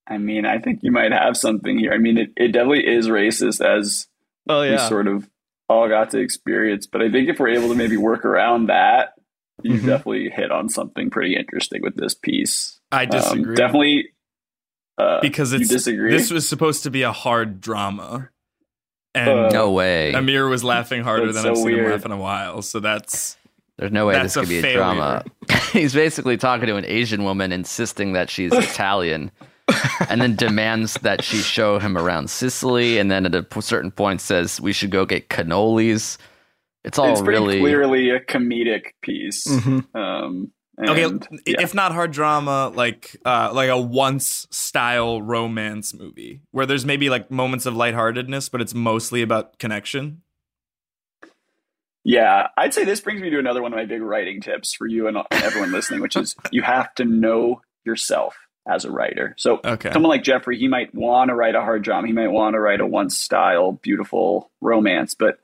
[SPEAKER 8] I mean, I think you might have something here. I mean, it, it definitely is racist as
[SPEAKER 9] Oh,
[SPEAKER 8] we
[SPEAKER 9] yeah.
[SPEAKER 8] sort of all got to experience. But I think if we're able to maybe work around that, you
[SPEAKER 6] Mm-hmm.
[SPEAKER 9] Mhm.
[SPEAKER 8] definitely hit on something pretty interesting with this piece.
[SPEAKER 6] I
[SPEAKER 8] Um,
[SPEAKER 6] disagree.
[SPEAKER 8] definitely. Uh,
[SPEAKER 6] because
[SPEAKER 8] you
[SPEAKER 6] it's
[SPEAKER 8] disagree.
[SPEAKER 6] this was supposed to be a hard drama, and
[SPEAKER 8] Uh,
[SPEAKER 7] No way.
[SPEAKER 6] Amir was laughing harder than
[SPEAKER 8] That's so
[SPEAKER 6] I've seen him
[SPEAKER 8] weird.
[SPEAKER 6] laugh in a while. So that's
[SPEAKER 7] There's no way
[SPEAKER 6] That's
[SPEAKER 7] this could
[SPEAKER 6] a
[SPEAKER 7] be a
[SPEAKER 6] failure.
[SPEAKER 7] drama. He's basically talking to an Asian woman, insisting that she's Italian, and then demands that she show him around Sicily. And then at a p- certain point, says we should go get cannolis. It's all
[SPEAKER 8] it's pretty
[SPEAKER 7] really
[SPEAKER 8] clearly a comedic piece.
[SPEAKER 6] Mm-hmm.
[SPEAKER 9] Mm-hmm.
[SPEAKER 8] Um,
[SPEAKER 6] okay.
[SPEAKER 8] and,
[SPEAKER 6] i-
[SPEAKER 8] yeah.
[SPEAKER 6] If not hard drama, like uh, like a once style romance movie where there's maybe like moments of lightheartedness, but it's mostly about connection.
[SPEAKER 8] Yeah, I'd say this brings me to another one of my big writing tips for you and everyone listening, which is you have to know yourself as a writer. So,
[SPEAKER 6] Okay.
[SPEAKER 8] someone like Jeffrey, he might want to write a hard drama, he might want to write a one style, beautiful romance, but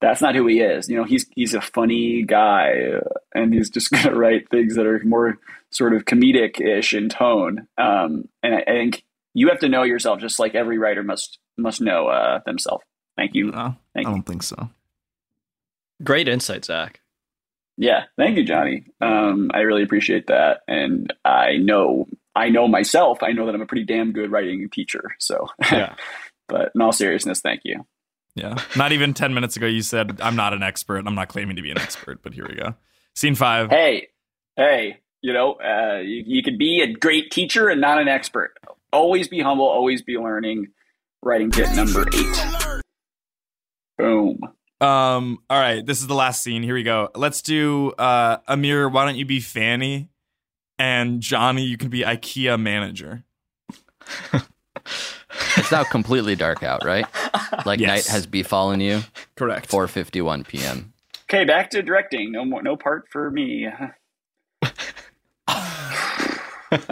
[SPEAKER 8] that's not who he is. You know, he's he's a funny guy, uh, and he's just going to write things that are more sort of comedic ish in tone. Um, and I, I think you have to know yourself, just like every writer must must know uh, themselves. Thank you.
[SPEAKER 6] No, I
[SPEAKER 8] Thank you.
[SPEAKER 6] don't think so.
[SPEAKER 9] Great insight, Zach.
[SPEAKER 8] Yeah, thank you, Johnny. Um, I really appreciate that, and I know I know myself. I know that I'm a pretty damn good writing teacher. So,
[SPEAKER 9] Yeah.
[SPEAKER 8] but in all seriousness, thank you.
[SPEAKER 6] Yeah. Not even 10 minutes ago, you said, I'm not an expert. I'm not claiming to be an expert, but here we go. Scene five.
[SPEAKER 8] Hey, hey, you know, uh, you, you could be a great teacher and not an expert. Always be humble. Always be learning. Writing tip number eight. Boom.
[SPEAKER 6] Um, all right. This is the last scene. Here we go. Let's do uh, Amir, why don't you be Fanny? And Johnny, you can be IKEA manager.
[SPEAKER 7] It's now completely dark out, right? Like
[SPEAKER 6] Yes.
[SPEAKER 7] night has befallen you.
[SPEAKER 6] Correct.
[SPEAKER 7] 4:51 p.m.
[SPEAKER 8] Okay, back to directing. No more, no part for me. you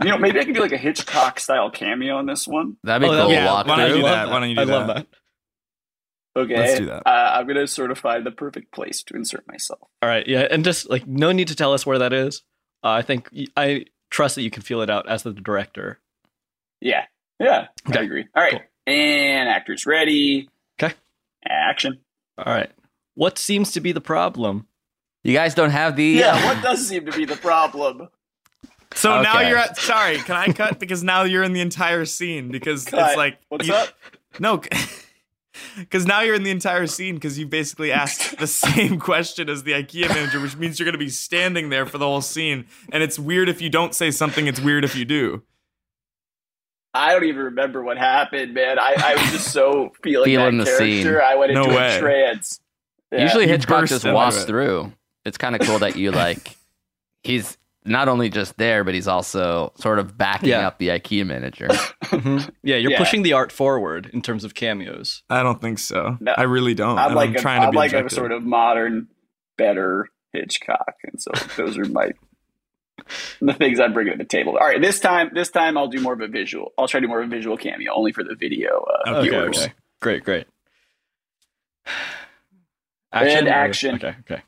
[SPEAKER 8] know, maybe I could do like a Hitchcock style cameo in this one.
[SPEAKER 7] That'd be
[SPEAKER 9] Oh,
[SPEAKER 7] cool.
[SPEAKER 9] yeah,
[SPEAKER 6] why don't
[SPEAKER 7] walkthrough.
[SPEAKER 6] you do
[SPEAKER 9] I love
[SPEAKER 6] that? Why don't you do
[SPEAKER 9] I love
[SPEAKER 6] that?
[SPEAKER 9] that.
[SPEAKER 8] Okay.
[SPEAKER 6] Let's do that.
[SPEAKER 8] Uh, I'm going to sort of find the perfect place to insert myself.
[SPEAKER 9] All right, yeah, and just like no need to tell us where that is. Uh, I think y- I trust that you can feel it out as the director.
[SPEAKER 8] Yeah. Yeah. I
[SPEAKER 9] Okay,
[SPEAKER 8] agree. All right. And actors ready.
[SPEAKER 9] Okay.
[SPEAKER 8] Action.
[SPEAKER 9] All right, what seems to be the problem?
[SPEAKER 7] You guys don't have the uh,
[SPEAKER 8] Yeah. What does seem to be the problem?
[SPEAKER 6] So now
[SPEAKER 7] Okay.
[SPEAKER 6] you're at. Sorry, can I cut? Because now you're in the entire scene because
[SPEAKER 8] Cut.
[SPEAKER 6] it's like.
[SPEAKER 8] What's
[SPEAKER 6] you-
[SPEAKER 8] up?
[SPEAKER 6] No. Because now you're in the entire scene because you basically asked the same question as the IKEA manager, which means you're going to be standing there for the whole scene. And it's weird if you don't say something, it's weird if you do.
[SPEAKER 8] I don't even remember what happened, man. I, I was just so feeling,
[SPEAKER 7] Feeling
[SPEAKER 8] that
[SPEAKER 7] the scene.
[SPEAKER 8] character. I went
[SPEAKER 6] No
[SPEAKER 8] into
[SPEAKER 6] way.
[SPEAKER 8] a trance. Yeah.
[SPEAKER 7] Usually
[SPEAKER 6] You
[SPEAKER 7] Hitchcock
[SPEAKER 6] burst
[SPEAKER 7] just
[SPEAKER 6] into
[SPEAKER 7] walks
[SPEAKER 6] it.
[SPEAKER 7] through. It's kind of cool that you like he's not only just there, but he's also sort of backing
[SPEAKER 9] Yeah.
[SPEAKER 7] up the IKEA manager.
[SPEAKER 9] Mhm. Yeah,
[SPEAKER 8] Mm-hmm.
[SPEAKER 9] you're
[SPEAKER 8] Yeah.
[SPEAKER 9] pushing the art forward in terms of cameos.
[SPEAKER 6] I don't think so.
[SPEAKER 8] No.
[SPEAKER 6] I really don't.
[SPEAKER 8] I'm
[SPEAKER 6] Oh, And
[SPEAKER 8] like, a-
[SPEAKER 6] trying to
[SPEAKER 8] I'm
[SPEAKER 6] be
[SPEAKER 8] like a
[SPEAKER 6] objective.
[SPEAKER 8] sort of modern, better Hitchcock, and so those are my the things I'm bringing to the table. All right, this time, this time I'll do more of a visual. I'll try to do more of a visual cameo, only for the video uh,
[SPEAKER 6] Okay,
[SPEAKER 8] viewers.
[SPEAKER 6] okay.
[SPEAKER 9] Great, great.
[SPEAKER 8] And
[SPEAKER 9] or-
[SPEAKER 8] action.
[SPEAKER 9] Okay, okay.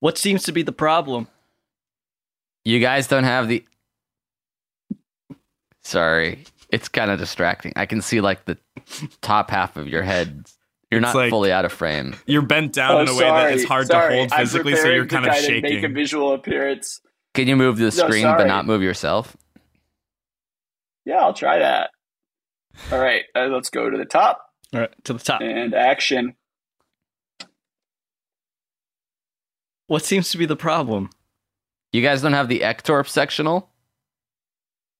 [SPEAKER 9] What seems to be the problem?
[SPEAKER 7] you guys don't have the Sorry. It's kind of distracting. I can see like the top half of your head. You're
[SPEAKER 6] It's
[SPEAKER 7] not
[SPEAKER 6] like-
[SPEAKER 7] fully out of frame.
[SPEAKER 6] You're bent down
[SPEAKER 8] Oh,
[SPEAKER 6] in a way that it's hard
[SPEAKER 8] sorry.
[SPEAKER 6] to hold
[SPEAKER 8] I'm
[SPEAKER 6] physically, so
[SPEAKER 8] preparing
[SPEAKER 6] you're
[SPEAKER 8] to
[SPEAKER 6] kind of
[SPEAKER 8] try to Make a
[SPEAKER 6] shaking.
[SPEAKER 8] visual appearance.
[SPEAKER 7] Can you move the
[SPEAKER 8] No,
[SPEAKER 7] screen but
[SPEAKER 8] sorry.
[SPEAKER 7] not move yourself?
[SPEAKER 8] Yeah, I'll try that. All right, uh, let's go to the top
[SPEAKER 9] All right, to the top.
[SPEAKER 8] and action.
[SPEAKER 9] What seems to be the problem?
[SPEAKER 7] You guys don't have the Ectorp sectional?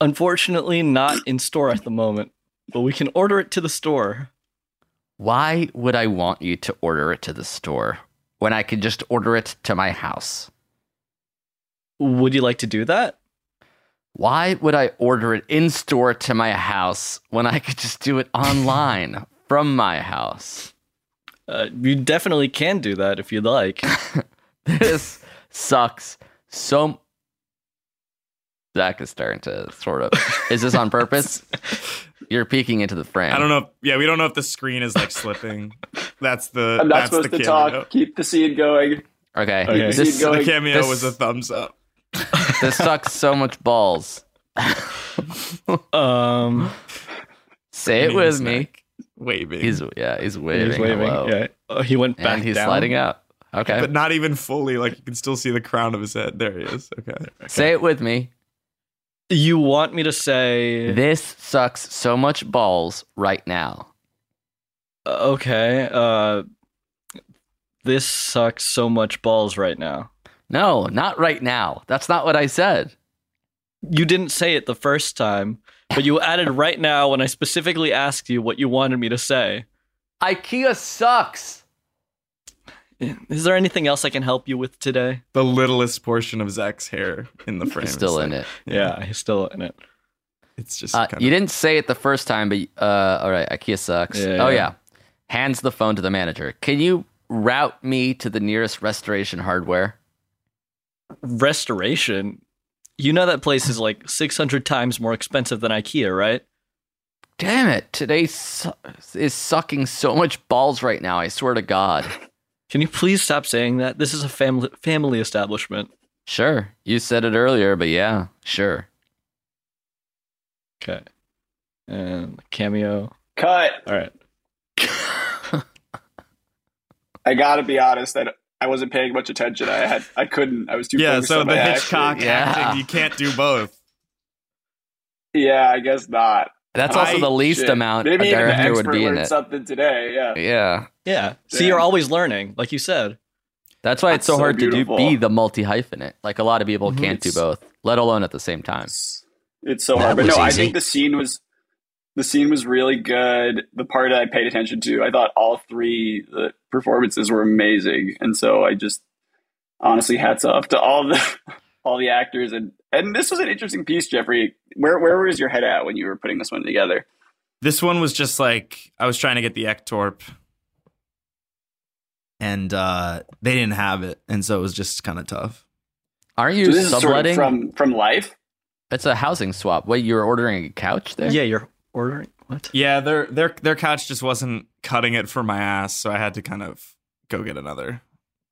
[SPEAKER 9] Unfortunately, not in store at the moment, but we can order it to the store.
[SPEAKER 7] Why would I want you to order it to the store when I could just order it to my house?
[SPEAKER 9] Would you like to do that?
[SPEAKER 7] Why would I order it in store to my house when I could just do it online from my house?
[SPEAKER 9] Uh, you definitely can do that if you'd like.
[SPEAKER 7] This sucks so. Zach is starting to sort of. Is this on purpose? You're peeking into the frame.
[SPEAKER 6] I don't know. If, yeah, we don't know if the screen is like slipping. That's the.
[SPEAKER 8] I'm
[SPEAKER 6] that's
[SPEAKER 8] not supposed
[SPEAKER 6] the
[SPEAKER 8] to
[SPEAKER 6] cameo.
[SPEAKER 8] talk. Keep the scene going.
[SPEAKER 7] Okay.
[SPEAKER 9] Okay.
[SPEAKER 8] Keep
[SPEAKER 7] This,
[SPEAKER 8] the scene
[SPEAKER 6] The
[SPEAKER 8] going.
[SPEAKER 6] cameo
[SPEAKER 7] this-
[SPEAKER 6] was a thumbs up.
[SPEAKER 7] this sucks so much balls.
[SPEAKER 9] Um,
[SPEAKER 7] Say it
[SPEAKER 6] Mean
[SPEAKER 7] with
[SPEAKER 6] snack.
[SPEAKER 7] me.
[SPEAKER 6] Waving.
[SPEAKER 7] He's yeah. He's waving.
[SPEAKER 9] he's waving.
[SPEAKER 7] hello.
[SPEAKER 9] Yeah. Oh, he went back
[SPEAKER 7] and he's
[SPEAKER 9] down.
[SPEAKER 7] sliding out. Okay.
[SPEAKER 6] but not even fully. Like you can still see the crown of his head. There he is. Okay.
[SPEAKER 7] Say it with me.
[SPEAKER 9] You want me to say
[SPEAKER 7] This sucks so much balls right now.
[SPEAKER 9] okay? Uh, this sucks so much balls right now.
[SPEAKER 7] No, not right now. That's not what I said.
[SPEAKER 9] You didn't say it the first time, but you added right now when I specifically asked you what you wanted me to say.
[SPEAKER 7] IKEA sucks.
[SPEAKER 9] Is there anything else I can help you with today?
[SPEAKER 6] The littlest portion of Zach's hair in the frame.
[SPEAKER 7] He's still
[SPEAKER 6] It's
[SPEAKER 7] in
[SPEAKER 6] like-
[SPEAKER 7] it.
[SPEAKER 9] Yeah, he's still in it.
[SPEAKER 6] It's just.
[SPEAKER 7] Uh,
[SPEAKER 6] kind
[SPEAKER 7] you
[SPEAKER 6] of,
[SPEAKER 7] didn't say it the first time, but uh, all right, IKEA sucks.
[SPEAKER 9] Yeah.
[SPEAKER 7] Oh yeah, hands the phone to the manager. Can you route me to the nearest restoration hardware?
[SPEAKER 9] Restoration. You know that place is like 600 times more expensive than IKEA, right?
[SPEAKER 7] Damn it! Today su- is sucking so much balls right now. I swear to God.
[SPEAKER 9] Can you please stop saying that? This is a family family establishment.
[SPEAKER 7] Sure, you said it earlier, but yeah, sure.
[SPEAKER 9] Okay. And cameo.
[SPEAKER 8] Cut.
[SPEAKER 9] All right.
[SPEAKER 8] I gotta be honest. I, I wasn't paying much attention. I had I couldn't. I was too
[SPEAKER 6] yeah.
[SPEAKER 8] Focused
[SPEAKER 6] So
[SPEAKER 8] on
[SPEAKER 6] the
[SPEAKER 8] my action.
[SPEAKER 6] Hitchcock
[SPEAKER 7] Yeah.
[SPEAKER 6] acting. You can't do both.
[SPEAKER 8] Yeah, I guess not.
[SPEAKER 7] That's also
[SPEAKER 6] I-
[SPEAKER 7] the least
[SPEAKER 8] Shit.
[SPEAKER 7] amount
[SPEAKER 8] Maybe
[SPEAKER 7] a
[SPEAKER 8] even the
[SPEAKER 7] director
[SPEAKER 8] expert
[SPEAKER 7] would be in
[SPEAKER 8] learned
[SPEAKER 7] it.
[SPEAKER 8] something today. Yeah.
[SPEAKER 7] Yeah,
[SPEAKER 9] Yeah. See,
[SPEAKER 8] Yeah.
[SPEAKER 9] you're always learning, like you said.
[SPEAKER 7] that's why it's
[SPEAKER 8] That's
[SPEAKER 7] so,
[SPEAKER 8] so
[SPEAKER 7] hard
[SPEAKER 8] beautiful.
[SPEAKER 7] to do be the multi hyphenate. Like a lot of people
[SPEAKER 9] Mhm.
[SPEAKER 7] can't do
[SPEAKER 9] It's-
[SPEAKER 7] both, let alone at the same time.
[SPEAKER 8] It's, it's so
[SPEAKER 7] That
[SPEAKER 8] hard. But no,
[SPEAKER 7] was
[SPEAKER 8] I
[SPEAKER 7] easy.
[SPEAKER 8] think the scene was the scene was really good. The part that I paid attention to, I thought all three the performances were amazing, and so I just honestly hats off to all the all the actors and and this was an interesting piece, Jeffrey. Where where was your head at when you were putting this one together?
[SPEAKER 6] This one was just like I was trying to get the Ectorp. And uh, they didn't have it, and so it was just kind of tough.
[SPEAKER 7] Aren't you
[SPEAKER 8] So this is sort of
[SPEAKER 7] subletting?
[SPEAKER 8] from from life.
[SPEAKER 7] It's a housing swap. Wait, you were ordering a couch there?
[SPEAKER 9] Yeah, you're ordering what?
[SPEAKER 6] Yeah, their their their couch just wasn't cutting it for my ass, so I had to kind of go get another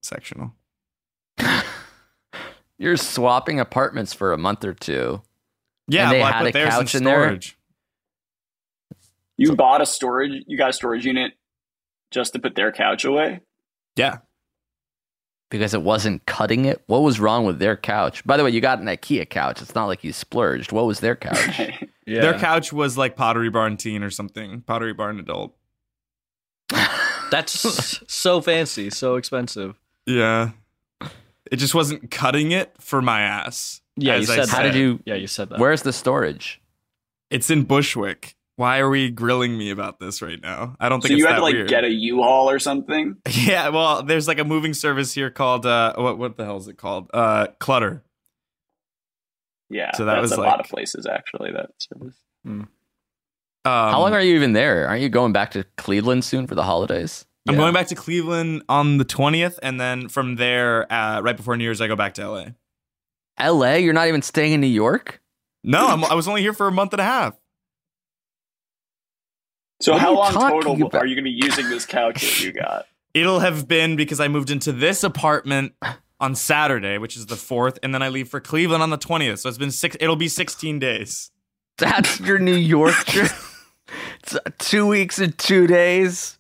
[SPEAKER 6] sectional.
[SPEAKER 7] You're swapping apartments for a month or two.
[SPEAKER 6] Yeah,
[SPEAKER 7] And they
[SPEAKER 6] well,
[SPEAKER 7] had
[SPEAKER 6] I put
[SPEAKER 7] a
[SPEAKER 6] theirs
[SPEAKER 7] couch in
[SPEAKER 6] in
[SPEAKER 7] there?
[SPEAKER 6] storage.
[SPEAKER 8] You bought a storage. You got a storage unit just to put their couch away.
[SPEAKER 6] Yeah,
[SPEAKER 7] Because it wasn't cutting it. What was wrong with their couch? By the way, you got an IKEA couch. It's not like you splurged. What was their couch?
[SPEAKER 9] Yeah.
[SPEAKER 6] their couch was like Pottery Barn teen or something, Pottery Barn adult.
[SPEAKER 9] That's so fancy, so expensive.
[SPEAKER 6] Yeah, it just wasn't cutting it for my ass.
[SPEAKER 9] Yeah,
[SPEAKER 6] as
[SPEAKER 9] you
[SPEAKER 6] I
[SPEAKER 9] said that.
[SPEAKER 7] How did you?
[SPEAKER 9] Yeah, you said that.
[SPEAKER 7] Where's the storage?
[SPEAKER 6] It's in Bushwick. Why are we grilling me about this right now? I don't
[SPEAKER 8] So
[SPEAKER 6] think it's
[SPEAKER 8] you had
[SPEAKER 6] that
[SPEAKER 8] to like
[SPEAKER 6] weird.
[SPEAKER 8] get a U-Haul or something.
[SPEAKER 6] Yeah, well, there's like a moving service here called uh, what what the hell is it called? Uh, Clutter.
[SPEAKER 8] Yeah,
[SPEAKER 6] So that
[SPEAKER 8] that's
[SPEAKER 6] was
[SPEAKER 8] a
[SPEAKER 6] like-
[SPEAKER 8] lot of places actually. That service.
[SPEAKER 6] Um,
[SPEAKER 7] How long are you even there? Aren't you going back to Cleveland soon for the holidays?
[SPEAKER 6] I'm
[SPEAKER 9] Yeah.
[SPEAKER 6] going back to Cleveland on the 20th, and then from there, uh, right before New Year's, I go back to LA.
[SPEAKER 7] LA? You're not even staying in New York?
[SPEAKER 6] No, I'm, I was only here for a month and a half.
[SPEAKER 8] So
[SPEAKER 7] What are
[SPEAKER 8] how
[SPEAKER 7] you
[SPEAKER 8] long
[SPEAKER 7] talking
[SPEAKER 8] total
[SPEAKER 7] about?
[SPEAKER 8] are you going to be using this couch that you got?
[SPEAKER 6] It'll have been because I moved into this apartment on Saturday, which is the fourth, and then I leave for Cleveland on the 20th. So it's been six. It'll be 16 days.
[SPEAKER 7] uh, That's your New York trip? It's two weeks and two days?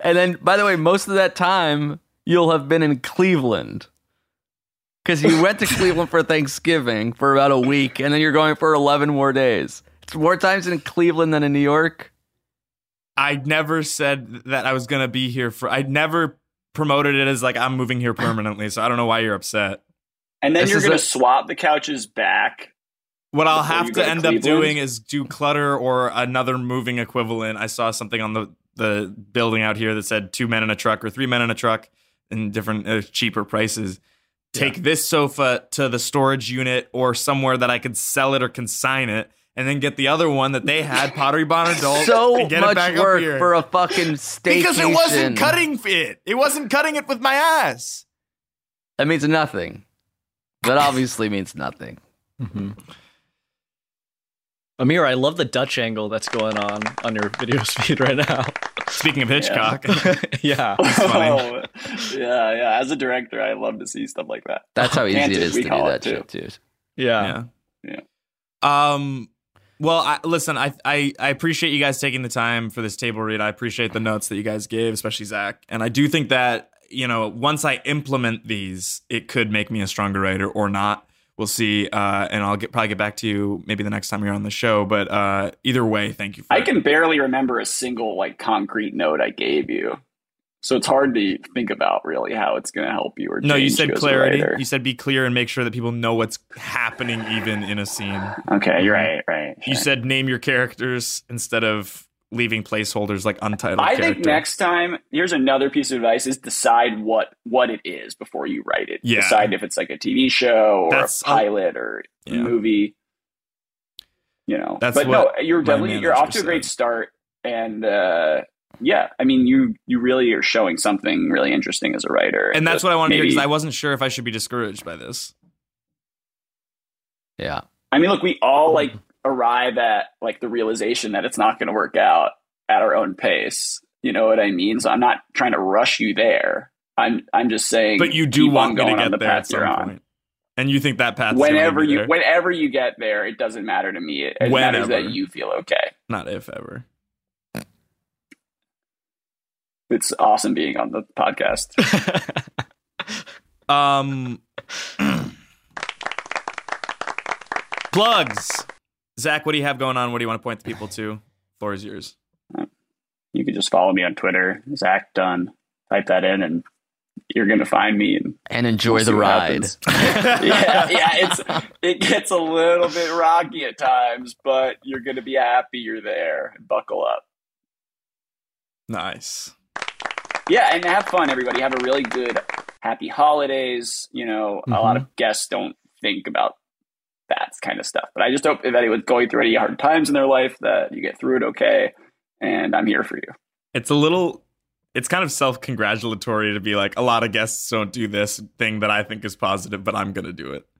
[SPEAKER 7] And then, by the way, most of that time you'll have been in Cleveland because you went to Cleveland for Thanksgiving for about a week, and then you're going for 11 more days. It's more times in Cleveland than in New York.
[SPEAKER 6] I never said that I was gonna be here for. I never promoted it as like I'm moving here permanently. So I don't know why you're upset.
[SPEAKER 8] And then
[SPEAKER 6] This
[SPEAKER 8] you're
[SPEAKER 6] is
[SPEAKER 8] going to
[SPEAKER 6] a-
[SPEAKER 8] swap the couches back.
[SPEAKER 6] What I'll
[SPEAKER 8] Before
[SPEAKER 6] have
[SPEAKER 8] you go
[SPEAKER 6] to
[SPEAKER 8] to
[SPEAKER 6] end up
[SPEAKER 8] Cleveland?
[SPEAKER 6] doing is do clutter or another moving equivalent. I saw something on the the building out here that said two men in a truck or three men in a truck and different uh, cheaper prices. Take this sofa to the storage unit or somewhere that I could sell it or consign it, and then get the other one that they had, Pottery Barn Adult,
[SPEAKER 7] So
[SPEAKER 6] and get it
[SPEAKER 7] much
[SPEAKER 6] back up
[SPEAKER 7] work
[SPEAKER 6] here.
[SPEAKER 7] for a fucking staycation.
[SPEAKER 6] because it wasn't cutting it. It wasn't cutting it with my ass.
[SPEAKER 7] That means nothing. That obviously means nothing.
[SPEAKER 9] Mm-hmm. Amir, I love the Dutch angle that's going on on your video feed right now.
[SPEAKER 6] Speaking of Hitchcock,
[SPEAKER 9] yeah.
[SPEAKER 8] Oh, yeah, yeah. As a director, I love to see stuff like that.
[SPEAKER 7] That's how easy it
[SPEAKER 8] Canted,
[SPEAKER 7] is to
[SPEAKER 8] we
[SPEAKER 7] do
[SPEAKER 8] call
[SPEAKER 7] that
[SPEAKER 8] it, too.
[SPEAKER 7] shit, too.
[SPEAKER 9] Yeah.
[SPEAKER 8] Yeah.
[SPEAKER 6] Um. Well, I, listen, I, I I appreciate you guys taking the time for this table read. I appreciate the notes that you guys gave, especially Zach. And I do think that you know once I implement these, it could make me a stronger writer or not. We'll see. Uh, and I'll get probably get back to you maybe the next time you're on the show. But uh, either way, thank you. For
[SPEAKER 8] I
[SPEAKER 6] it.
[SPEAKER 8] can barely remember a single like concrete note I gave you. So it's hard to think about really how it's going to help you or
[SPEAKER 6] No, you
[SPEAKER 8] change
[SPEAKER 6] said
[SPEAKER 8] as a
[SPEAKER 6] clarity.
[SPEAKER 8] writer.
[SPEAKER 6] You said be clear and make sure that people know what's happening even in a scene.
[SPEAKER 8] Okay, you're right, right.
[SPEAKER 6] Mm-hmm. You said name your characters instead of leaving placeholders like untitled.
[SPEAKER 8] I
[SPEAKER 6] character.
[SPEAKER 8] think next time, here's another piece of advice: is decide what what it is before you write it.
[SPEAKER 6] Yeah.
[SPEAKER 8] Decide if it's like a TV show or
[SPEAKER 6] That's-
[SPEAKER 8] a pilot or
[SPEAKER 6] Yeah.
[SPEAKER 8] movie. You know,
[SPEAKER 6] That's
[SPEAKER 8] but
[SPEAKER 6] what
[SPEAKER 8] no, you're
[SPEAKER 6] my
[SPEAKER 8] definitely you're off to a
[SPEAKER 6] manager
[SPEAKER 8] great start, and uh, yeah, I mean, you you really are showing something really interesting as a writer,
[SPEAKER 6] and that's what I wanted to hear because
[SPEAKER 8] maybe-
[SPEAKER 6] I wasn't sure if I should be discouraged by this.
[SPEAKER 7] Yeah.
[SPEAKER 8] I mean, look, we all like
[SPEAKER 6] Mm-hmm.
[SPEAKER 8] arrive at like the realization that it's not going to work out at our own pace. You know what I mean? So I'm not trying to rush you there. I'm I'm just saying.
[SPEAKER 6] But you do
[SPEAKER 8] keep
[SPEAKER 6] want
[SPEAKER 8] on
[SPEAKER 6] me
[SPEAKER 8] going
[SPEAKER 6] to
[SPEAKER 8] on the
[SPEAKER 6] get there at
[SPEAKER 8] path you're
[SPEAKER 6] some
[SPEAKER 8] on.
[SPEAKER 6] point, and you think that path
[SPEAKER 8] Whenever you
[SPEAKER 6] when
[SPEAKER 8] whenever you get there, it doesn't matter to me. It, it matters
[SPEAKER 6] Whenever.
[SPEAKER 8] that you feel okay.
[SPEAKER 6] not if ever.
[SPEAKER 8] It's awesome being on the podcast.
[SPEAKER 6] Um, plugs. Zach, what do you have going on? What do you want to point the people to? Floor is yours.
[SPEAKER 8] you can just follow me on Twitter, Zach Dunn. Type that in, and you're going to find me. And
[SPEAKER 7] And enjoy
[SPEAKER 8] We'll see
[SPEAKER 7] the
[SPEAKER 8] what
[SPEAKER 7] ride.
[SPEAKER 8] happens. yeah, yeah, it's it gets a little bit rocky at times, but you're gonna be happy you're there. Buckle up.
[SPEAKER 6] Nice.
[SPEAKER 8] Yeah, and have fun, everybody. Have a really good happy holidays. You know, a lot
[SPEAKER 7] Mm-hmm.
[SPEAKER 8] of guests don't think about that kind of stuff. But I just hope if anyone's going through any hard times in their life that you get through it okay. And I'm here for you.
[SPEAKER 6] It's a little. It's kind of self-congratulatory to be like a lot of guests don't do this thing that I think is positive, but I'm gonna do it.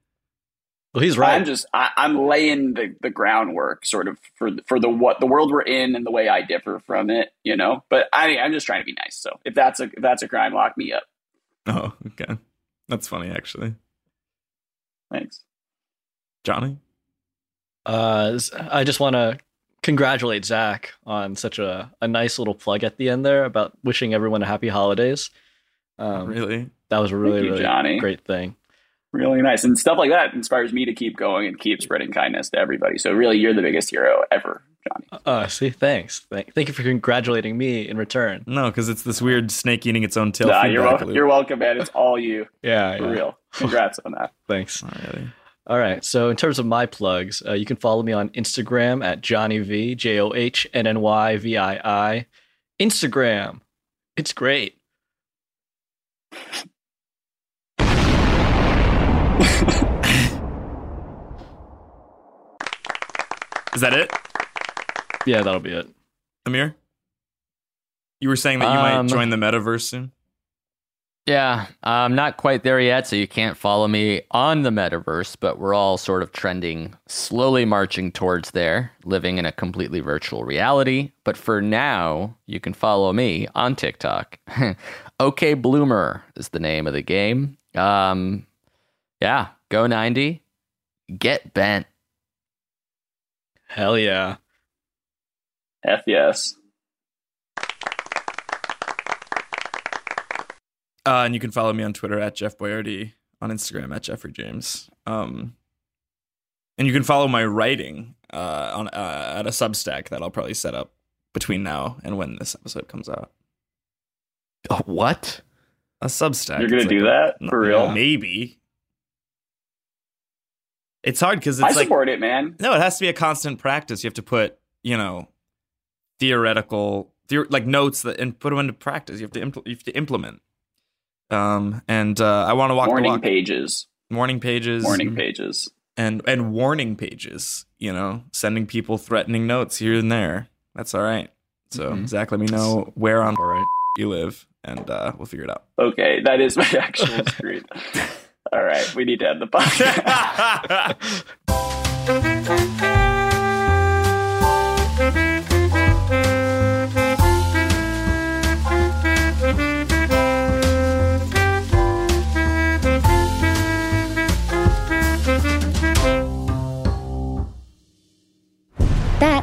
[SPEAKER 9] Well, he's right.
[SPEAKER 8] I'm just I, I'm laying the, the groundwork sort of for the- for the what the world we're in and the way I differ from it, you know. But I I'm just trying to be nice. So if that's a if that's a crime, lock me up.
[SPEAKER 6] Oh, okay. That's funny, actually.
[SPEAKER 8] Thanks.
[SPEAKER 6] Johnny.
[SPEAKER 9] Uh, Z- I just want to congratulate Zach on such a, a nice little plug at the end there about wishing everyone a happy holidays. Um,
[SPEAKER 6] really?
[SPEAKER 9] That was a really,
[SPEAKER 8] Thank you,
[SPEAKER 9] really
[SPEAKER 8] Johnny.
[SPEAKER 9] great thing.
[SPEAKER 8] Really nice. And stuff like that inspires me to keep going and keep spreading kindness to everybody. So really you're the biggest hero ever, Johnny.
[SPEAKER 9] Uh, see, thanks. Thank, thank you for congratulating me in return.
[SPEAKER 6] No, because it's this weird snake eating its own tail.
[SPEAKER 8] Nah, you're
[SPEAKER 6] feedback
[SPEAKER 8] welcome.
[SPEAKER 6] loop.
[SPEAKER 8] You're welcome, man. It's all you.
[SPEAKER 9] Yeah,
[SPEAKER 8] For
[SPEAKER 9] yeah.
[SPEAKER 8] real. Congrats on that.
[SPEAKER 9] Thanks.
[SPEAKER 6] Alrighty.
[SPEAKER 9] All right. So, in terms of my plugs, uh, you can follow me on Instagram at Johnny V, J O H N N Y V I I. Instagram. It's great.
[SPEAKER 6] Is that it,
[SPEAKER 9] Yeah, that'll be it.
[SPEAKER 6] Amir? You were saying that you
[SPEAKER 7] Um,
[SPEAKER 6] might join the metaverse soon.
[SPEAKER 7] Yeah, I'm not quite there yet, so you can't follow me on the metaverse, but we're all sort of trending, slowly marching towards there, living in a completely virtual reality. But for now, you can follow me on TikTok. okay, Bloomer is the name of the game. Um, yeah, go 90, get bent.
[SPEAKER 9] Hell yeah.
[SPEAKER 8] F yes.
[SPEAKER 6] Uh, and you can follow me on Twitter at Jeff Boyardee, on Instagram at Jeffrey James. Um, and you can follow my writing uh, on uh, at a Substack that I'll probably set up between now and when this episode comes out.
[SPEAKER 7] A what?
[SPEAKER 6] A Substack.
[SPEAKER 8] You're gonna
[SPEAKER 6] It's
[SPEAKER 8] do
[SPEAKER 6] a-
[SPEAKER 8] that? For real?
[SPEAKER 6] Maybe. It's hard because
[SPEAKER 8] I
[SPEAKER 6] it's like
[SPEAKER 8] support it, man.
[SPEAKER 6] no, it has to be a constant practice. You have to put, you know, theoretical, theor- like notes that and put them into practice. You have to impl- you have to implement. Um, and uh, I want to walk Mm-hmm. the
[SPEAKER 8] Morning
[SPEAKER 6] walk.
[SPEAKER 8] pages.
[SPEAKER 6] Morning pages.
[SPEAKER 8] Morning pages.
[SPEAKER 6] And and warning pages. You know, sending people threatening notes here and there. That's all right. So Zach, let me know where on all right. you live, and uh, we'll figure it out.
[SPEAKER 8] Okay, that is my actual screen. All right, we need to end the podcast.
[SPEAKER 1] That